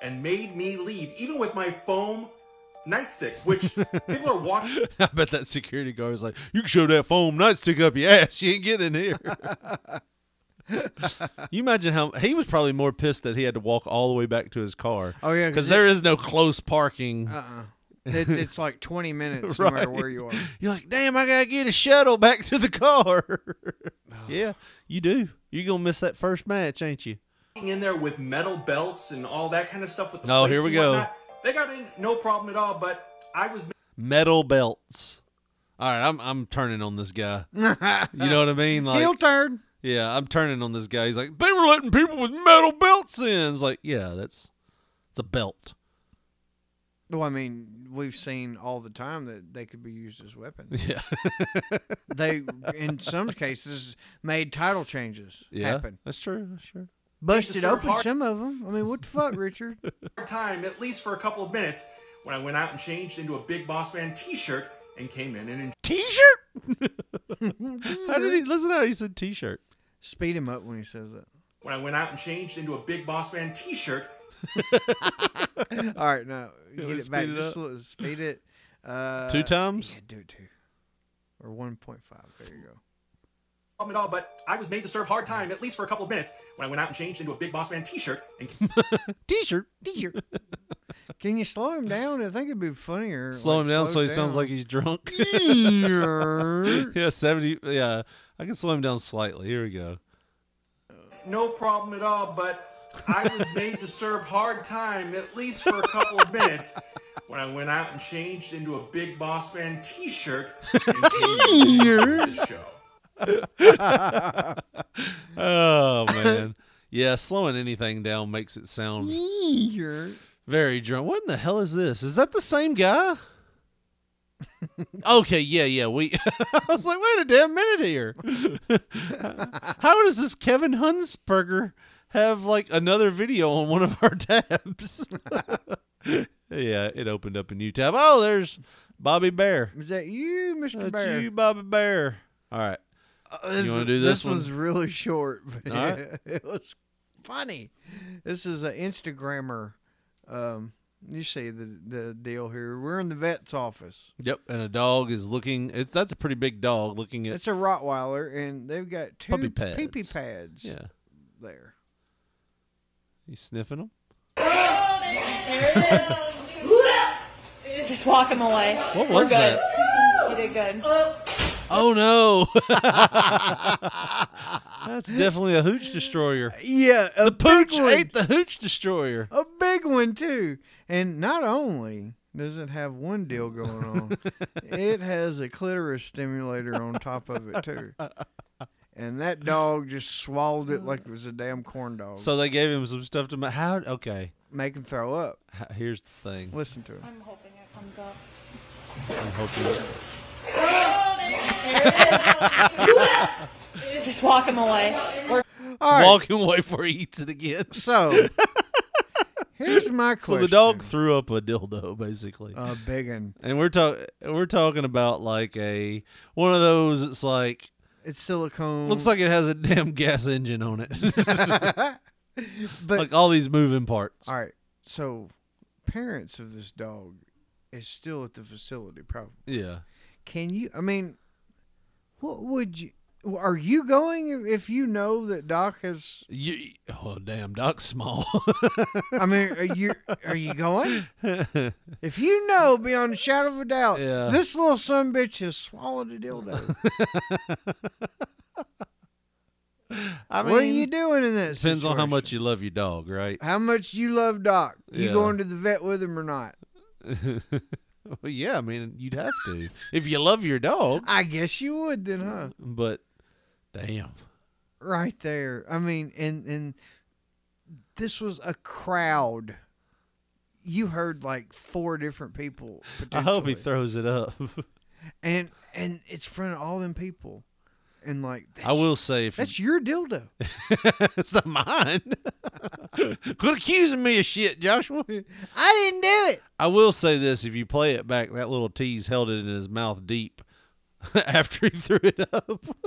S14: and made me leave, even with my foam nightstick, which people are walking
S5: I bet that security guard was like, "You can show that foam nightstick up your ass. You ain't getting in here." you imagine how he was probably more pissed that he had to walk all the way back to his car.
S7: Oh, yeah, 'cause
S5: because
S7: it-
S5: there is no close parking.
S7: Uh-uh. It's, it's like 20 minutes, no matter where you are.
S5: You're like, damn, I gotta get a shuttle back to the car. yeah, you do. You're gonna miss that first match, ain't you?
S14: in there with metal belts and all that kind of stuff. With the
S5: Oh,
S14: plates
S5: here we
S14: and
S5: go.
S14: whatnot. They got in no problem at all, but I was
S5: Metal belts. All right, I'm I'm turning on this guy. you know what I mean? Like
S7: Heel turn.
S5: Yeah, I'm turning on this guy. He's like, they were letting people with metal belts in. It's like, yeah, that's it's a belt.
S7: Well, I mean, we've seen all the time that they could be used as weapons.
S5: Yeah.
S7: they, in some cases, made title changes
S5: Yeah,
S7: happen.
S5: That's true. That's true.
S7: Busted
S14: serve
S7: open
S14: hard-
S7: some of them. I mean, what the fuck, Richard?
S14: hard time, at least for a couple of minutes, when I went out and changed into a Big Boss Man t-shirt and came in and
S7: T-shirt.
S5: How did he listen? to How he said T-shirt.
S7: Speed him up when he says that.
S14: when I went out and changed into a Big Boss Man t-shirt.
S7: All right, now
S14: You
S7: get
S14: wanna
S7: it back.
S14: speed it
S7: Just
S14: up?
S7: l- speed it. Uh,
S5: Two times?
S7: Yeah, do it two, or one point five. There you go.
S14: problem at all, but I was made to serve hard time, at least for a couple of minutes, when I went out and changed into a Big Boss Man t-shirt and
S5: T-shirt.
S7: T-shirt. Can you slow him down? I think it'd be funnier.
S5: Slow
S7: like,
S5: him down
S7: slow
S5: so he
S7: down.
S5: sounds like he's drunk.
S7: Yeeer.
S5: yeah, seventy. Yeah, I can slow him down slightly. Here we go.
S14: no problem at all, but I was made to serve hard time, at least for a couple of minutes, when I went out and changed into a Big Boss Man t-shirt and came in and did the show.
S5: oh man, yeah. Slowing anything down makes it sound
S7: Yeeer.
S5: very drunk. What in the hell is this? Is that the same guy? okay, yeah, yeah. We. I was like, wait a damn minute here. How does this Kevin Hunsberger have like another video on one of our tabs? yeah, it opened up a new tab. Oh, there's Bobby Bear.
S7: Is that you, Mister
S5: That's
S7: Bear?
S5: you, Bobby Bear. All right.
S7: Uh, this,
S5: you want to do this?
S7: this
S5: one?
S7: was really short, but
S5: All right.
S7: it was funny. This is an Instagrammer. Um, you see the the deal here. We're in the vet's office.
S5: Yep, and a dog is looking. It's that's a pretty big dog looking at.
S7: It's a Rottweiler, and they've got two
S5: Puppy pads.
S7: pee-pee pads.
S5: yeah,
S7: there.
S5: you sniffing them.
S15: Just walk him away.
S5: What was
S15: We're good.
S5: that?
S15: You did good.
S5: Oh no! that's definitely a hooch destroyer.
S7: Yeah, a
S5: the pooch
S7: big one.
S5: ate the hooch destroyer.
S7: A big one too. And not only does it have one deal going on, it has a clitoris stimulator on top of it too. And that dog just swallowed it like it was a damn corn dog.
S5: So they gave him some stuff to make. How? Okay,
S7: make him throw up.
S5: h- here's the thing.
S7: Listen to him.
S15: I'm hoping it comes up.
S5: I'm hoping.
S15: Just walk him away. We're
S7: All right.
S5: Walking away before he eats it again.
S7: So here's my
S5: So
S7: question.
S5: the dog threw up a dildo, basically.
S7: a big one.
S5: and we're talking. We're talking about like a one of those. It's like
S7: It's silicone.
S5: looks like it has a damn gas engine on it.
S7: But-
S5: like all these moving parts.
S7: All right. So parents of this dog is still at the facility probably.
S5: Yeah.
S7: Can you I mean what would you are you going if- if you know that Doc has
S5: You, oh damn, Doc's small.
S7: I mean are you are you going? If you know beyond a shadow of a doubt
S5: Yeah.
S7: this little son bitch has swallowed a dildo.
S5: I
S7: what are you doing in that
S5: Depends on how much you love your dog, right?
S7: How much you love Doc? You
S5: Yeah.
S7: going to the vet with him or not?
S5: well, yeah, I mean you'd have to if you love your dog.
S7: I guess you would then, huh?
S5: But damn,
S7: Right there. I mean, and and this was a crowd. You heard like four different people.
S5: I hope he
S7: potentially.
S5: throws it up.
S7: And and it's in front of all them people, and like
S5: I will say if
S7: that's your dildo.
S5: it's not mine. Quit accusing me of shit, Joshua.
S7: I didn't do it.
S5: I will say this: if you play it back, that little tease held it in his mouth deep after he threw it up.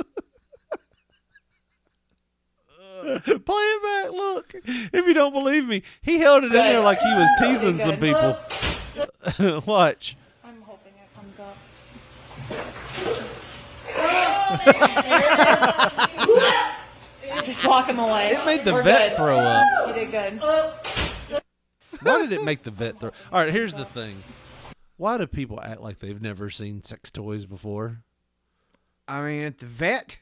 S5: play it back. Look, if you don't believe me, he held it in there like he was teasing some people. Watch.
S15: I'm hoping it comes up. Just walk him away.
S5: It made the
S15: We're
S5: vet
S15: good.
S5: throw up.
S15: You did good.
S5: Why did it make the vet throw? All right, here's the thing. Why do people act like they've never seen sex toys before?
S7: I mean, at the vet.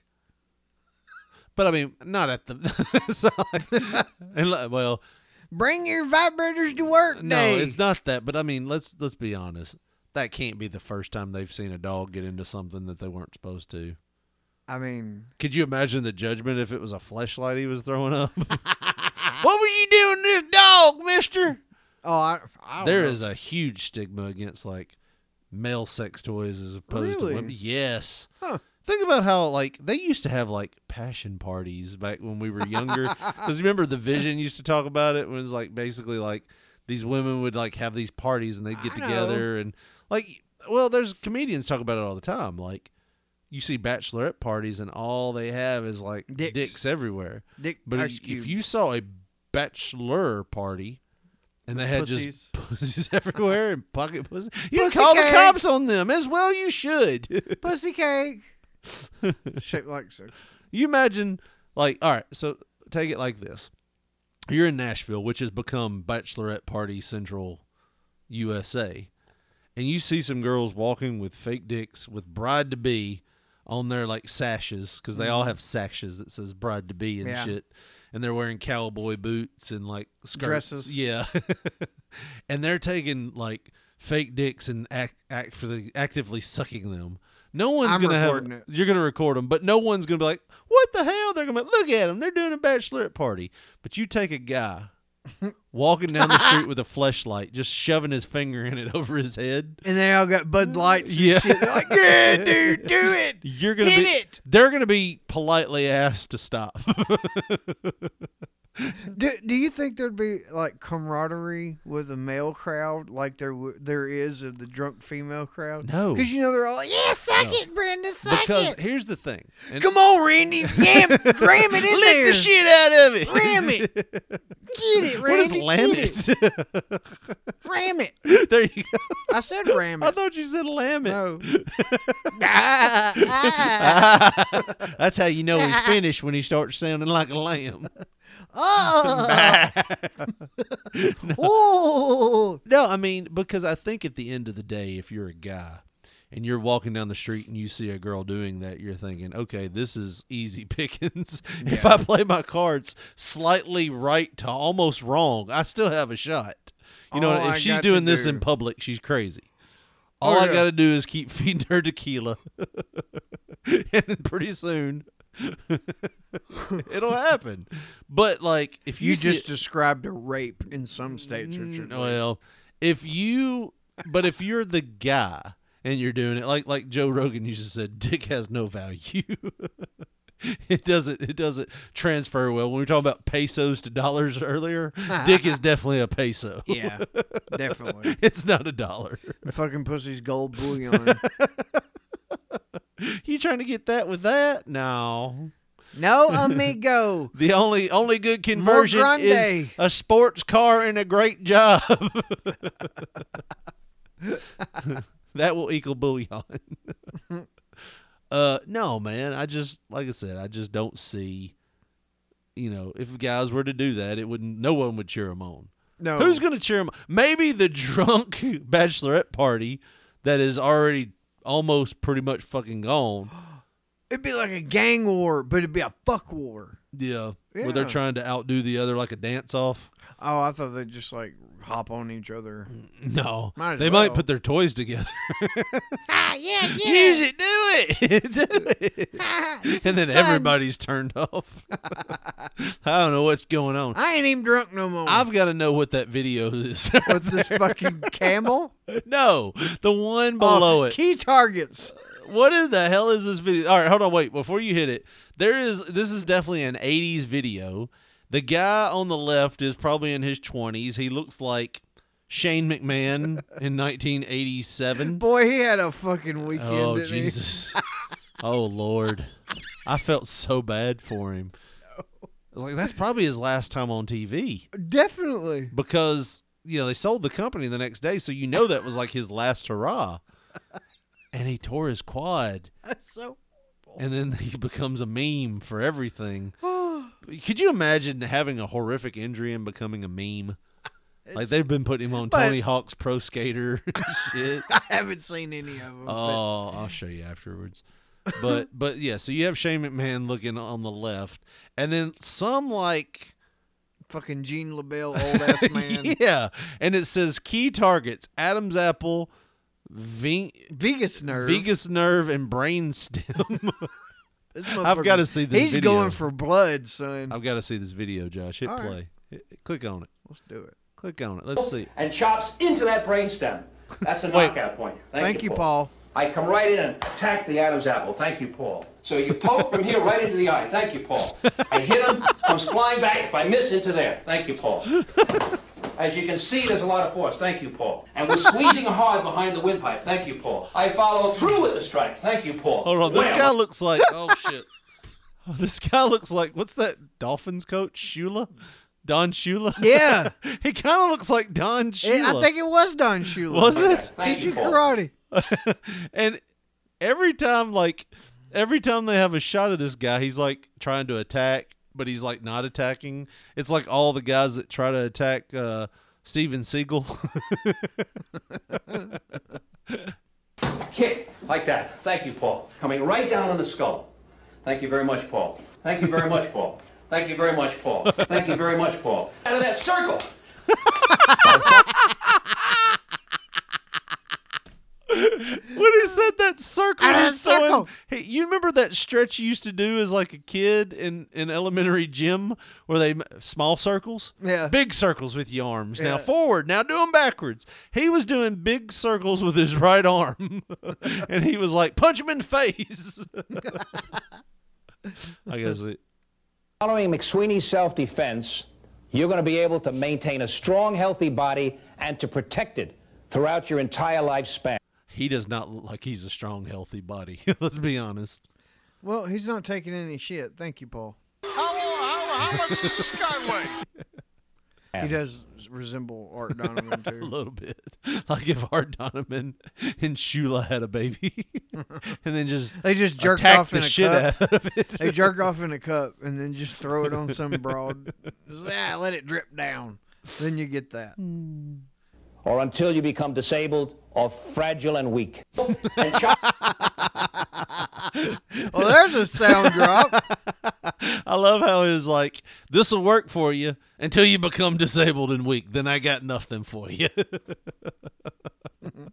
S5: But I mean, not at the. it's not like- and like- well,
S7: Bring your vibrators to work
S5: No,
S7: day.
S5: it's not that. But I mean, let's let's be honest. That can't be the first time they've seen a dog get into something that they weren't supposed to.
S7: I mean,
S5: Could you imagine the judgment if it was a fleshlight he was throwing up?
S7: what
S5: was you doing to this dog, Mister?
S7: Oh, I, I don't
S5: there
S7: know.
S5: is a huge stigma against like male sex toys as opposed
S7: Really?
S5: to women. Yes.
S7: Huh.
S5: Think about how like they used to have like passion parties back when we were younger. Because remember the Vision used to talk about it when it was like basically like these women would like have these parties and they'd get
S7: I know.
S5: together and like well, there's comedians talk about it all the time. Like you see bachelorette parties and all they have is like dicks, everywhere.
S7: Dick-
S5: but
S7: Ice
S5: if,
S7: Cube.
S5: if you saw a bachelor party and they had just pussies everywhere and pocket pussy, you
S7: Pussy
S5: call the
S7: cake.
S5: cops on them as well. You should.
S7: Pussy cake. Shaped like so.
S5: You imagine, like, all right, so take it like this. You're in Nashville, which has become Bachelorette Party Central USA, and you see some girls walking with fake dicks with bride to be on their like sashes because they all
S7: Mhm.
S5: have sashes that says bride to be and
S7: Yeah.
S5: shit, and they're wearing cowboy boots and like skirts.
S7: Dresses.
S5: Yeah. and they're taking like fake dicks and act, act for the, actively sucking them. No one's
S7: I'm
S5: gonna
S7: recording
S5: have
S7: it.
S5: you're gonna record them, but no one's gonna be like, "What the hell?" They're gonna be like, look at them. They're doing a bachelorette party. But you take a guy walking down the street with a flashlight, just shoving his finger in it over his head.
S7: And they all got Bud Lights and
S5: Yeah.
S7: shit. They're like, yeah, dude, do it.
S5: You're gonna
S7: Hit
S5: be,
S7: it.
S5: They're gonna be politely asked to stop.
S7: Do, do you think there'd be like camaraderie with the male crowd like there w- there is of the drunk female crowd?
S5: No.
S7: Because you know they're all like, yeah, suck
S5: No.
S7: it, Brenda, suck
S5: because
S7: it.
S5: here's the thing. and-
S7: Come on, Randy, yam, ram it in
S5: Lick
S7: there.
S5: the shit out of it.
S7: Ram it. Get it,
S5: What is
S7: Randy.
S5: lam
S7: Get it.
S5: it?
S7: Ram it.
S5: there you go.
S7: I said ram it. I
S5: thought you said lam it.
S7: No.
S5: That's how you know he's finished when he starts sounding like a lamb.
S7: Oh.
S5: no. no, I mean, because I think at the end of the day, if you're a guy and you're walking down the street and you see a girl doing that, you're thinking, okay, this is easy pickings. if I play my cards slightly right to almost wrong, I still have a shot. You know,
S7: All
S5: if
S7: Oh, I
S5: she's
S7: got
S5: doing
S7: to
S5: this
S7: do-
S5: in public, she's crazy.
S7: Oh,
S5: All I
S7: yeah.
S5: got to do is keep feeding her tequila. and then pretty soon it'll happen. But like if you,
S7: You
S5: see
S7: just
S5: it- Mm,
S7: described a rape in some states, Richard.
S5: well, if you but if you're the guy and you're doing it like like Joe Rogan you just said dick has no value. it doesn't it doesn't transfer well. When we were talking about pesos to dollars earlier, dick is definitely a peso.
S7: Yeah, definitely.
S5: it's not a dollar.
S7: Fucking pussy's gold bullion.
S5: You trying to get that with that? No.
S7: no amigo.
S5: The only only good conversion is
S7: grande.
S5: a sports car and a great job. that will equal bullion. uh no, man. I just like I said, I just don't see you know, if guys were to do that, it wouldn't no one would cheer them on.
S7: No.
S5: Who's going to cheer him? Maybe the drunk bachelorette party that is already almost pretty much fucking gone.
S7: It'd be like a gang war, but it'd be a fuck war.
S5: Yeah. Where they're
S7: Yeah.
S5: trying to outdo the other like a dance off.
S7: Oh, I thought they'd just like hop on each other.
S5: No.
S7: Might as
S5: they might
S7: well.
S5: put their toys together.
S7: Ah, yeah, yeah.
S5: Use it, do it. do it. and then everybody's turned off. I don't know what's going on.
S7: I ain't even drunk no more.
S5: I've got to know what that video is.
S7: With this fucking camel
S5: no, the one below
S7: Oh,
S5: it.
S7: Key targets.
S5: What in the hell is this video? All right, hold on, wait. Before you hit it, there is this is definitely an '80s video. The guy on the left is probably in his 20s. He looks like Shane McMahon in 1987.
S7: Boy, he had a fucking weekend.
S5: Oh
S7: didn't he?
S5: Jesus! oh Lord, I felt so bad for him. I was Like that's probably his last time on TV
S7: Definitely.
S5: because you know they sold the company the next day, so you know that was like his last hurrah. And he tore his quad,
S7: That's so.
S5: and then he becomes a meme for everything. Could you imagine having a horrific injury and becoming a meme? Like they've been putting him on
S7: but-
S5: Tony Hawk's Pro Skater and shit.
S7: I haven't seen any of them.
S5: Oh, I'll show you afterwards. But but yeah, so you have Shane McMahon looking on the left, and then some like
S7: Fucking Gene LaBelle, old ass man.
S5: yeah, and it says key targets: Adam's apple, ve-
S7: Vegas nerve.
S5: Vegas nerve, and brain stem.
S7: This
S5: I've got to
S7: motherfucker-
S5: see this.
S7: He's
S5: video.
S7: going for blood, son.
S5: I've got to see this video, Josh. Hit
S7: All right.
S5: play. Hit- click on it.
S7: Let's do it.
S5: Click on it. Let's see.
S16: And chops into that brainstem. That's a
S5: Wait.
S16: knockout point. Thank,
S7: Thank, you, Paul.
S16: I come right in and attack the Adam's apple. Thank you, Paul. So you poke from here right into the eye. Thank you, Paul. I hit him, comes flying back. If I miss, into there. Thank you, Paul. As you can see, there's a lot of force. Thank you, Paul. And we're squeezing hard behind the windpipe. Thank you, Paul. I follow through with the strike. Thank you, Paul.
S5: Hold on, this
S16: Wham!
S5: guy looks like oh shit. This guy looks like what's that Dolphins coach Shula, Don Shula?
S7: Yeah.
S5: he kind of looks like Don
S7: Eh,
S5: Shula.
S7: I think it was Don Shula.
S5: Was it?
S7: Teach you karate.
S5: and every time, like every time they have a shot of this guy, he's like trying to attack, but he's like not attacking. It's like all the guys that try to attack uh, Steven Seagal.
S16: Kick like that. Thank you, Paul. Coming right down on the skull. Thank you very much, Paul. Thank you very much, Paul. Thank you very much, Paul. Thank you very much, Paul. Out of that circle.
S5: when he said that circle,
S7: Out of
S5: was
S7: the
S5: so in-
S7: circle.
S5: Hey, you remember that stretch you used to do as like a kid in in elementary gym where they small circles,
S7: yeah,
S5: big circles with your arms. Now
S7: Yeah.
S5: forward, now do them backwards. He was doing big circles with his right arm, and he was like, punch him in the face. I guess it.
S16: Following McSweeney's self defense, you're going to be able to maintain a strong, healthy body and to protect it throughout your entire lifespan.
S5: He does not look like he's a strong, healthy body. Let's be honest.
S7: Well, he's not taking any shit. Thank you, Paul.
S17: How much does this guy weigh?
S7: He does resemble Art Donovan too.
S5: a little bit. Like if Art Donovan and Shula had a baby, and then just
S7: They just jerked
S5: attacked
S7: off in
S5: the
S7: a
S5: shit
S7: cup.
S5: out of it.
S7: They jerk off in a cup and then just throw it on some broad. Just, ah, let it drip down. Then you get that.
S16: Or until you become disabled or fragile and weak. And chi-
S7: Well, there's a sound drop.
S5: I love how it was like, "This will work for you until you become disabled and weak. Then I got nothing for you."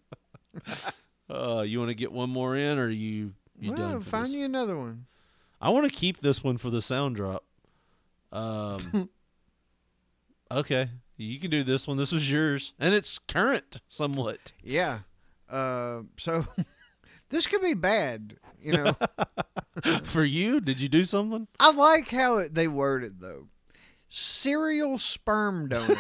S5: uh, you want to get one more in, or you you
S7: Well,
S5: done? For
S7: find
S5: this?
S7: you another one.
S5: I want to keep this one for the sound drop. Um, okay, you can do this one. This was yours, and it's current somewhat.
S7: Yeah. Uh, so this could be bad. You know,
S5: for you, did you do something?
S7: I like how it, they word it though. Serial sperm donor.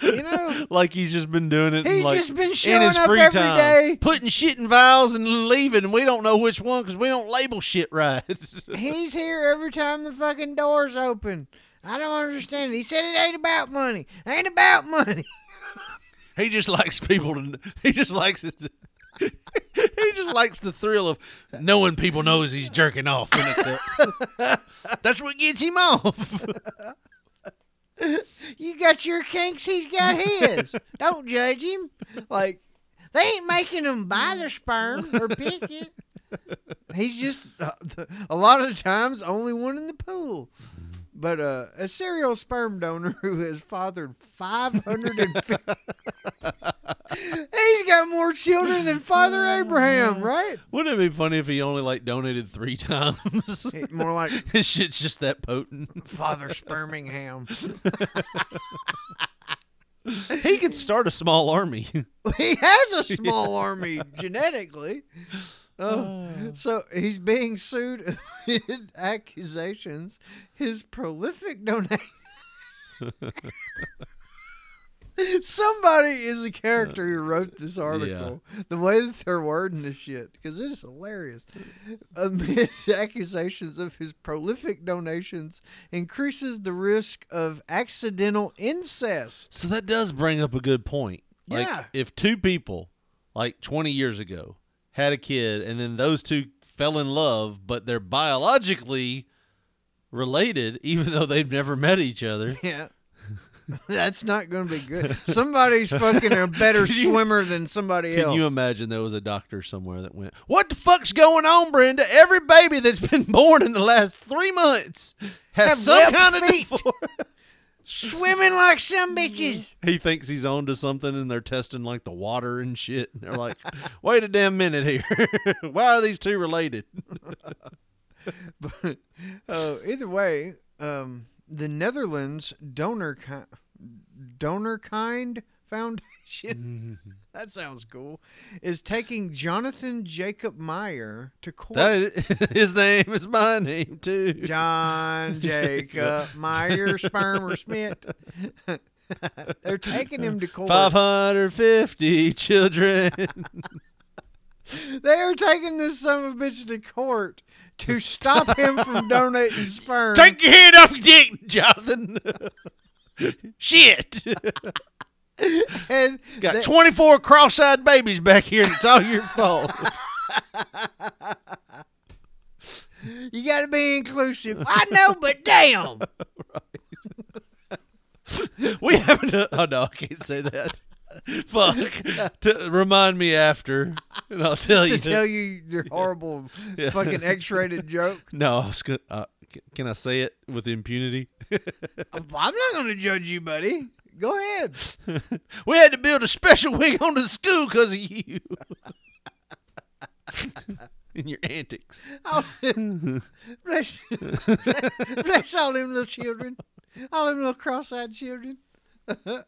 S7: you know,
S5: like he's just been doing it. in,
S7: He's
S5: like,
S7: just been
S5: in
S7: showing
S5: his
S7: up
S5: free
S7: every
S5: time,
S7: day.
S5: putting shit in vials and leaving. and We don't know which one because we don't label shit right.
S7: He's here every time the fucking doors open. I don't understand it. He said it ain't about money. Ain't about money.
S5: he just likes people to. He just likes it. to- he just likes the thrill of knowing people knows he's jerking off. In a cup. That's what gets him off.
S7: You got your kinks, he's got his. don't judge him. Like they ain't making him buy the sperm or pick it. He's just uh, th- a lot of times only one in the pool. But uh, a serial sperm donor who has fathered 550. He's got more children than Father Abraham, right?
S5: Wouldn't it be funny if he only like donated three times?
S7: More like
S5: his shit's just that potent.
S7: Father Spermingham.
S5: he could start a small army.
S7: he has a small
S5: Yeah.
S7: army genetically. Oh, so he's being sued in accusations. His prolific donation. Somebody is a character who wrote this article. The way that they're wording this shit, because it's hilarious. Amid accusations of his prolific donations, increases the risk of accidental incest.
S5: So that does bring up a good point. Like
S7: Yeah.
S5: if two people like 20 years ago had a kid and then those two fell in love but they're biologically related even though they've never met each other.
S7: Yeah. That's not going to be good. Somebody's fucking a better
S5: Can you-
S7: swimmer than somebody
S5: Can
S7: else.
S5: you imagine there was a doctor somewhere that went, "What the fuck's going on, Brenda? Every baby that's been born in the last 3 months has
S7: Have
S5: some
S7: webbed
S5: kind of
S7: feet.
S5: defor-"
S7: Swimming like some bitches.
S5: He thinks he's onto something and they're testing like the water and shit. And they're like, "Wait a damn minute here. Why are these two related?"
S7: But, uh, either way, um, the Netherlands donor ki- donor kind Foundation. that sounds cool. Is taking Jonathan Jacob Meyer to court.
S5: That- his name is my name too.
S7: John Jacob Meyer Spermer Smith. They're taking him to court.
S5: Five hundred fifty children.
S7: They are taking this son of a bitch to court to stop him from donating sperm.
S5: Take your hand off your dick, Jonathan. Shit.
S7: and
S5: Got
S7: they-
S5: 24 cross-eyed babies back here, and it's all your fault.
S7: You got to be inclusive. I know, but damn.
S5: we haven't. Oh no, I can't say that. Fuck. To remind me after, and I'll tell
S7: to
S5: Oh, you.
S7: tell you your horrible
S5: Yeah.
S7: fucking X-rated joke.
S5: No, I was gonna. Uh, c- can I say it with impunity?
S7: I'm not going to judge you, buddy. Go ahead.
S5: we had to build a special wing on the school because of you. In your antics.
S7: Oh, bless, bless all them little children, all them little cross-eyed children. oh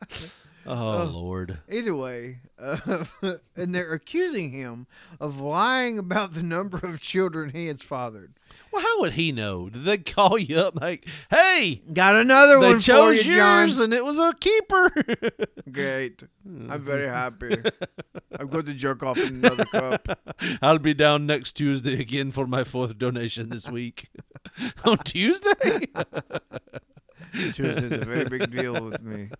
S5: Uh, Lord.
S7: Either way, uh, and they're accusing him of lying about the number of children he has fathered.
S5: Well, how would he know? Did they call you up like, "Hey,
S7: got another
S5: they
S7: one for
S5: chose
S7: you, John."
S5: yours, and it was a keeper."
S7: Great, I'm very happy. I've got to jerk off in another cup.
S5: I'll be down next Tuesday again for my fourth donation this week. On Tuesday?
S7: Tuesday's a very big deal with me.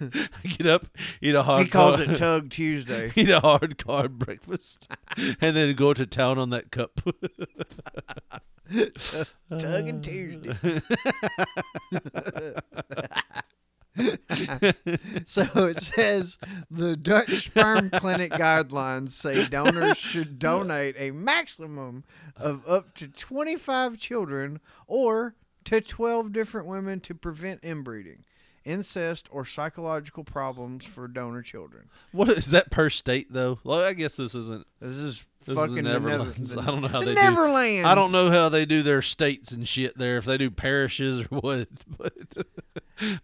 S5: I get up, eat a hard
S7: He calls
S5: car-
S7: it Tug Tuesday.
S5: Eat a hard carb breakfast. and then go to town on that cup.
S7: Tugging Tuesday. so it says the Dutch Sperm Clinic guidelines say donors should donate a maximum of up to 25 children or to 12 different women to prevent inbreeding, incest, or psychological problems for donor children.
S5: What is that per state though? Well, I guess this isn't.
S7: This is
S5: the
S7: fucking the Nether-
S5: Neverlands.
S7: the-
S5: I don't know how
S7: the
S5: they
S7: Neverlands.
S5: do. I don't know how they do their states and shit there. If they do parishes or what, but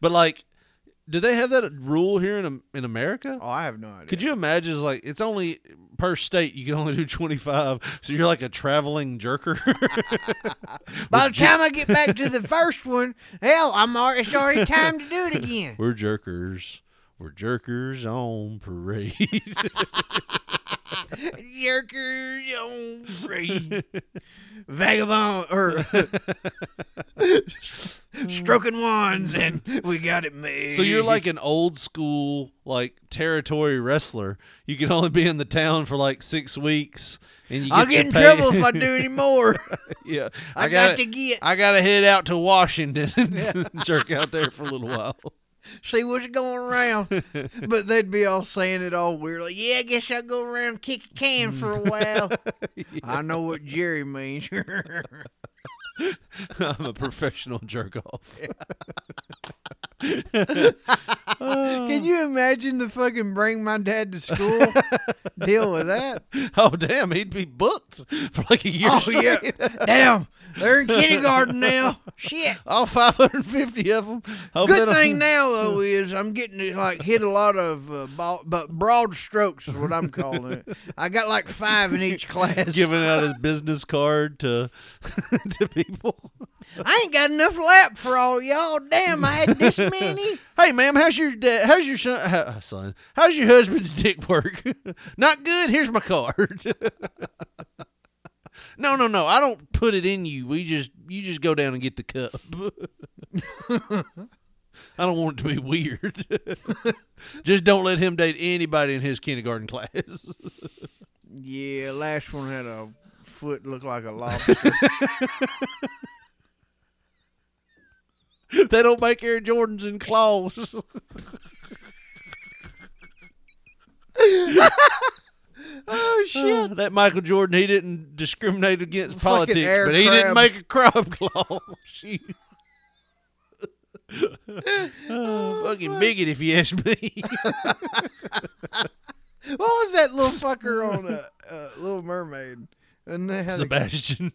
S5: but like, do they have that rule here in Am- in America?
S7: Oh, I have no idea.
S5: Could you imagine? it's like it's only per state. You can only do twenty five. So you're like a traveling jerker.
S7: By the time I get back to the first one, hell, I'm already, it's already time to do it again.
S5: We're jerkers. We're jerkers on parade.
S7: Jerkers on free. Vagabond or stroking wands and we got it made.
S5: So you're like an old school like territory wrestler. You can only be in the town for like six weeks, and you. Get
S7: I'll
S5: your
S7: get in
S5: pay-
S7: trouble if I do any more.
S5: yeah,
S7: I got
S5: gotta-
S7: to get-
S5: I gotta head out to Washington and jerk out there for a little while.
S7: See what's going around. But they'd be all saying it all weird. Like, yeah, I guess I'll go around and kick a can for a while. I know what Jerry means.
S5: I'm a professional jerk off.
S7: Can you imagine the fucking bring my dad to school deal with that?
S5: Oh damn, he'd be booked for like a year.
S7: Oh,
S5: straight.
S7: yeah. Damn. They're in kindergarten now. Shit.
S5: All 550 of them. Hope they
S7: Good
S5: don't-
S7: thing now though is I'm getting to like hit a lot of uh, ball, but broad strokes is what I'm calling it. I got like five in each class.
S5: Giving out his business card to to people.
S7: I ain't got enough lap for all y'all. Damn, I had this many.
S5: Hey, ma'am, how's your da- how's your son? Uh, son, how's your husband's dick work? Not good. Here's my card. no, no, no. I don't put it in you. We just you just go down and get the cup. I don't want it to be weird. just don't let him date anybody in his kindergarten class.
S7: Yeah, last one had a foot look like a lobster.
S5: they don't make Air Jordans and claws.
S7: oh shit!
S5: that Michael Jordan, he didn't discriminate against
S7: Fucking
S5: politics,
S7: air
S5: but he
S7: crab.
S5: didn't make a crab claw. Shit. Oh, fucking bigot, if you ask me.
S7: what was that little fucker on uh, uh, Little Mermaid? And they had a-
S5: Sebastian.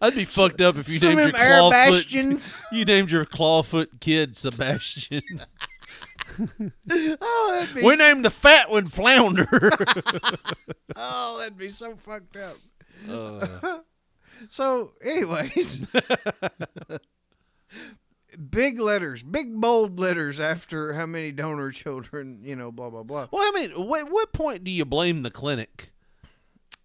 S5: I'd be fucked up if you
S7: Some
S5: named
S7: of
S5: your
S7: them air
S5: clawfoot.
S7: bastions.
S5: You named your clawfoot kid Sebastian.
S7: Oh, that'd be
S5: we
S7: s-
S5: named the fat one Flounder.
S7: oh, that'd be so fucked up.
S5: Uh.
S7: so, anyways, big letters, big bold letters after how many donor children, you know, blah blah blah.
S5: well, I mean, what what point do you blame the clinic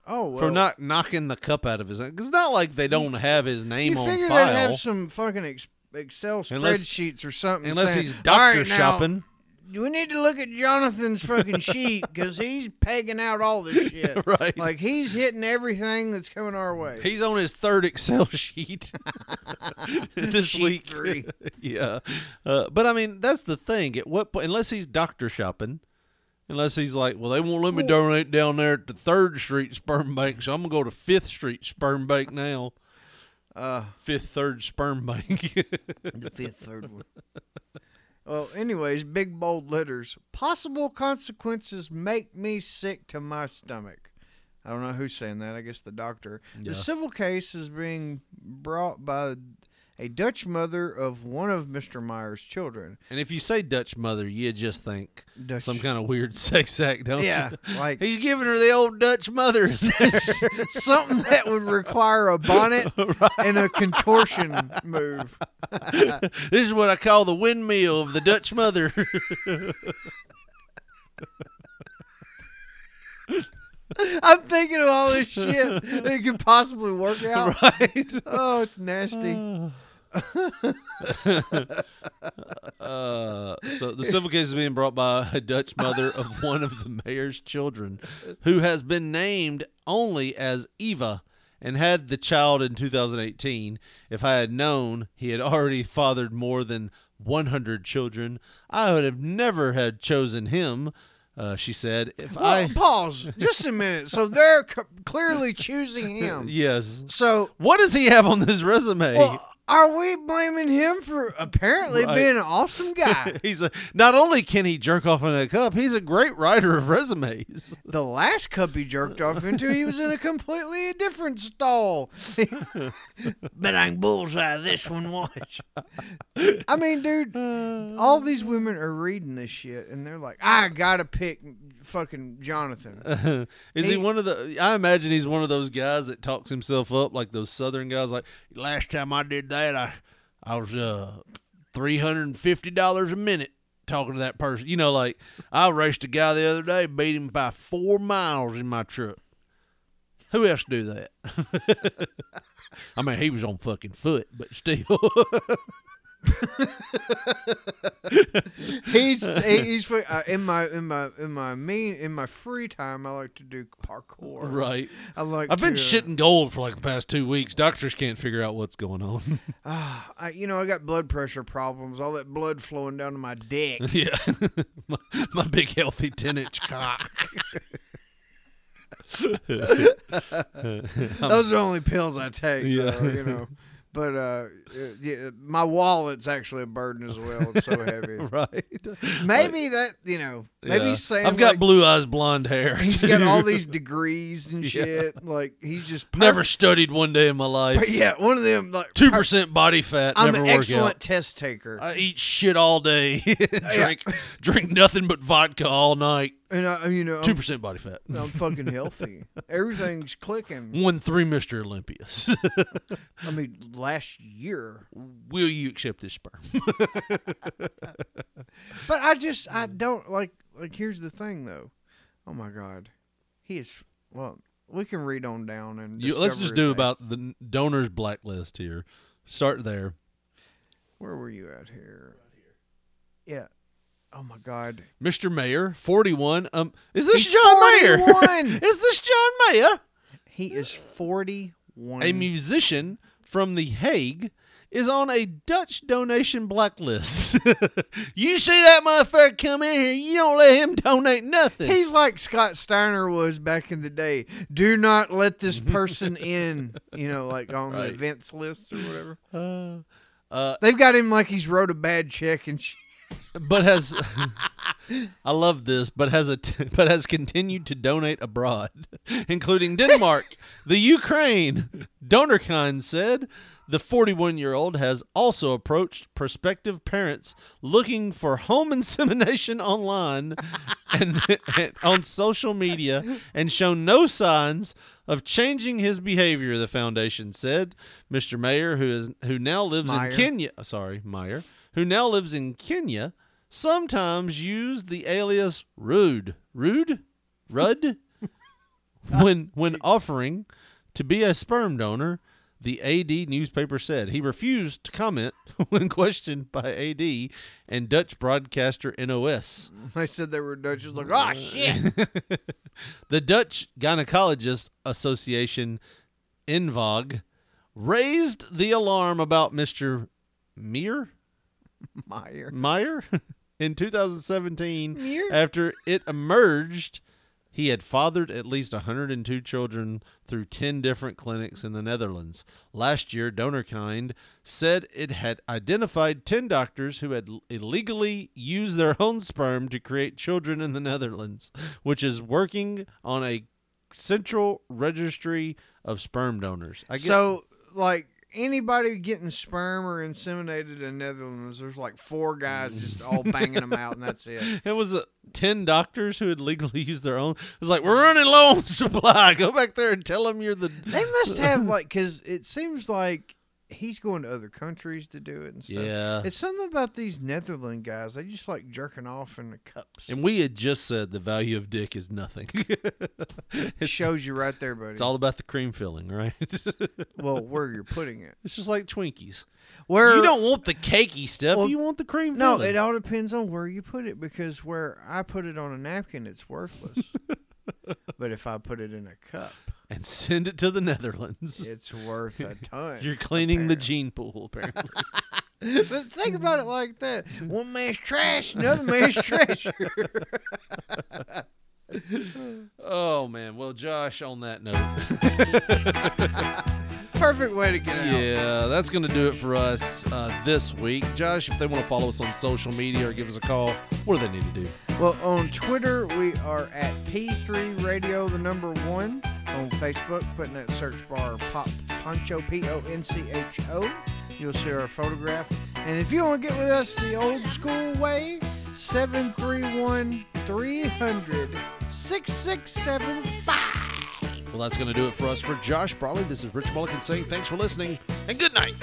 S7: Oh, well,
S5: for not knocking the cup out of his? Because it's not like they don't have his name
S7: you
S5: on
S7: figure
S5: file.
S7: they'd have some fucking ex- Excel
S5: Unless-
S7: spreadsheets or something.
S5: unless
S7: saying,
S5: he's
S7: "All right,
S5: doctor
S7: now,
S5: shopping."
S7: we need to look at Jonathan's fucking sheet because he's pegging out all this shit.
S5: Right.
S7: Like he's hitting everything that's coming our way.
S5: He's on his third Excel sheet this
S7: Sheet
S5: week.
S7: three.
S5: yeah, uh, but I mean that's the thing. At what point, unless he's doctor shopping, unless he's like, well, they won't let me donate down there at the Third Street Sperm Bank, so I'm gonna go to Fifth Street Sperm Bank now.
S7: Uh,
S5: Fifth Third Sperm Bank. the
S7: fifth third one. Well, anyways, big bold letters. Possible consequences make me sick to my stomach. I don't know who's saying that. I guess the doctor.
S5: Yeah.
S7: The civil case is being brought by a Dutch mother of one of Mr. Meyer's children.
S5: And if you say Dutch mother, you just think
S7: Dutch.
S5: some kind of weird sex act, don't
S7: Yeah,
S5: you?
S7: like-
S5: he's giving her the old Dutch mother.
S7: Something that would require a bonnet and a contortion move.
S5: this is what I call the windmill of the Dutch mother.
S7: I'm thinking of all this shit that could possibly work out.
S5: Right.
S7: Oh, it's nasty.
S5: uh, so the civil case is being brought by a Dutch mother of one of the mayor's children, who has been named only as Eva and had the child in 2018. If I had known he had already fathered more than 100 children, I would have never had chosen him. Uh, she said, "If
S7: Well,
S5: I
S7: pause just a minute. So they're c- clearly choosing him.
S5: yes,
S7: So
S5: what does he have on his resume?"
S7: Well, are we blaming him for apparently
S5: Right.
S7: being an awesome guy?
S5: he's a not only can he jerk off in a cup, he's a great writer of resumes.
S7: the last cup he jerked off into, he was in a completely different stall. but I can bullseye this one watch. I mean, dude, all these women are reading this shit and they're like, I gotta pick fucking Jonathan.
S5: Is he, one of the? I imagine he's one of those guys that talks himself up, like those Southern guys. Like last time I did that, I I was uh three hundred and fifty dollars a minute talking to that person. You know, like I raced a guy the other day, beat him by four miles in my truck. Who else do that? I mean, he was on fucking foot, but still.
S7: He's he's uh, in my in my in my mean in my free time. I like to do parkour.
S5: Right.
S7: I like.
S5: I've been
S7: to, uh,
S5: shitting gold for like the past two weeks. Doctors can't figure out what's going on.
S7: Ah, I, you know, I got blood pressure problems. All that blood flowing down to my dick.
S5: yeah. my, my big healthy ten inch cock.
S7: Those are the only pills I take.
S5: Yeah.
S7: though, you know. But uh, yeah, my wallet's actually a burden as well. It's so heavy.
S5: right.
S7: Maybe that you know. Maybe
S5: Yeah.
S7: he's saying
S5: I've got
S7: like,
S5: blue eyes, blonde hair.
S7: He's got
S5: too.
S7: all these degrees and
S5: Yeah.
S7: shit. Like he's just
S5: Never
S7: perfect.
S5: studied one day in my life.
S7: But yeah, one of them like
S5: Two percent body fat.
S7: I'm
S5: never
S7: an
S5: work
S7: excellent
S5: out.
S7: test taker.
S5: I eat shit all day. drink drink nothing but vodka all night.
S7: and I, you know, I'm-
S5: Two percent body fat.
S7: I'm fucking healthy. Everything's clicking.
S5: Won three Mr. Olympias.
S7: I mean, last year.
S5: Will you accept this sperm?
S7: But I just I don't like like here's the thing though. Oh my god. He is well, we can read on down and
S5: You, let's just
S7: discover
S5: do
S7: his-
S5: about the n- donors blacklist here. Start there.
S7: Where were you at here? Yeah. Oh my god.
S5: Mr. Mayor, 41. Um, is this
S7: He's
S5: John Mayer?
S7: 41!
S5: is this John Mayer?
S7: He is 41.
S5: A musician from The Hague is on a Dutch donation blacklist. you see that motherfucker come in here, you don't let him donate nothing.
S7: He's like Scott Steiner was back in the day. Do not let this person in, you know, like on
S5: Right.
S7: the events list or whatever.
S5: uh,
S7: They've got him like he's wrote a bad check and shit.
S5: but has I love this, but has a t- but has continued to donate abroad, including Denmark, the Ukraine. DonorCon said the 41-year-old has also approached prospective parents looking for home insemination online and, and on social media and shown no signs of changing his behavior, the foundation said. Mr. Mayer, who is who now lives
S18: Meyer.
S5: in Kenya, sorry, Meyer, who now lives in Kenya, sometimes used the alias Rude, Rude, Rudd, when when offering to be a sperm donor. The AD newspaper said he refused to comment when questioned by AD and Dutch broadcaster NOS.
S7: They said they were Dutch. It's like,
S5: Uh,
S7: oh shit.
S5: the Dutch Gynecologist Association, INVOG, raised the alarm about Mr. Meer?
S7: Meyer.
S5: Meyer in 2017
S7: Meer?
S5: after it emerged he had fathered at least 102 children through 10 different clinics in the Netherlands. Last year, DonorKind said it had identified 10 doctors who had illegally used their own sperm to create children in the Netherlands, which is working on a central registry of sperm donors. I guess-
S7: so, like anybody getting sperm or inseminated in Netherlands, there's like four guys just all banging them out, and that's it.
S5: It was uh, 10 doctors who had legally used their own. It was like, we're running low on supply. Go back there and tell them you're the.
S7: They must have like, because it seems like he's going to other countries to do it and stuff.
S5: Yeah.
S7: it's something about these Netherland guys. They just like jerking off in the cups.
S5: And we had just said the value of dick is nothing.
S7: It shows you right there, buddy.
S5: It's all about the cream filling, right?
S7: well, where you're putting it.
S5: It's just like Twinkies.
S7: Where
S5: you don't want the cakey stuff.
S7: Well,
S5: you want the cream
S7: No,
S5: filling.
S7: it all depends on where you put it because where I put it on a napkin, it's worthless. but if I put it in a cup,
S5: and send it to the Netherlands.
S7: it's worth a ton.
S5: You're cleaning the gene pool, apparently.
S7: but think about it like that: one man's trash, another man's treasure.
S5: oh man. Well, Josh, on that note.
S7: Perfect way to get out.
S5: Yeah, that's going to do it for us uh, this week. Josh, if they want to follow us on social media or give us a call, what do they need to do?
S7: Well, on Twitter, we are at P3 Radio, the number one. On Facebook, put in that search bar Pop Poncho, P O N C H O. You'll see our photograph. And if you want to get with us the old school way, 731 300 6675.
S5: Well, that's going to do it for us. For Josh Brawley, this is Rich Mulligan saying thanks for listening and good night.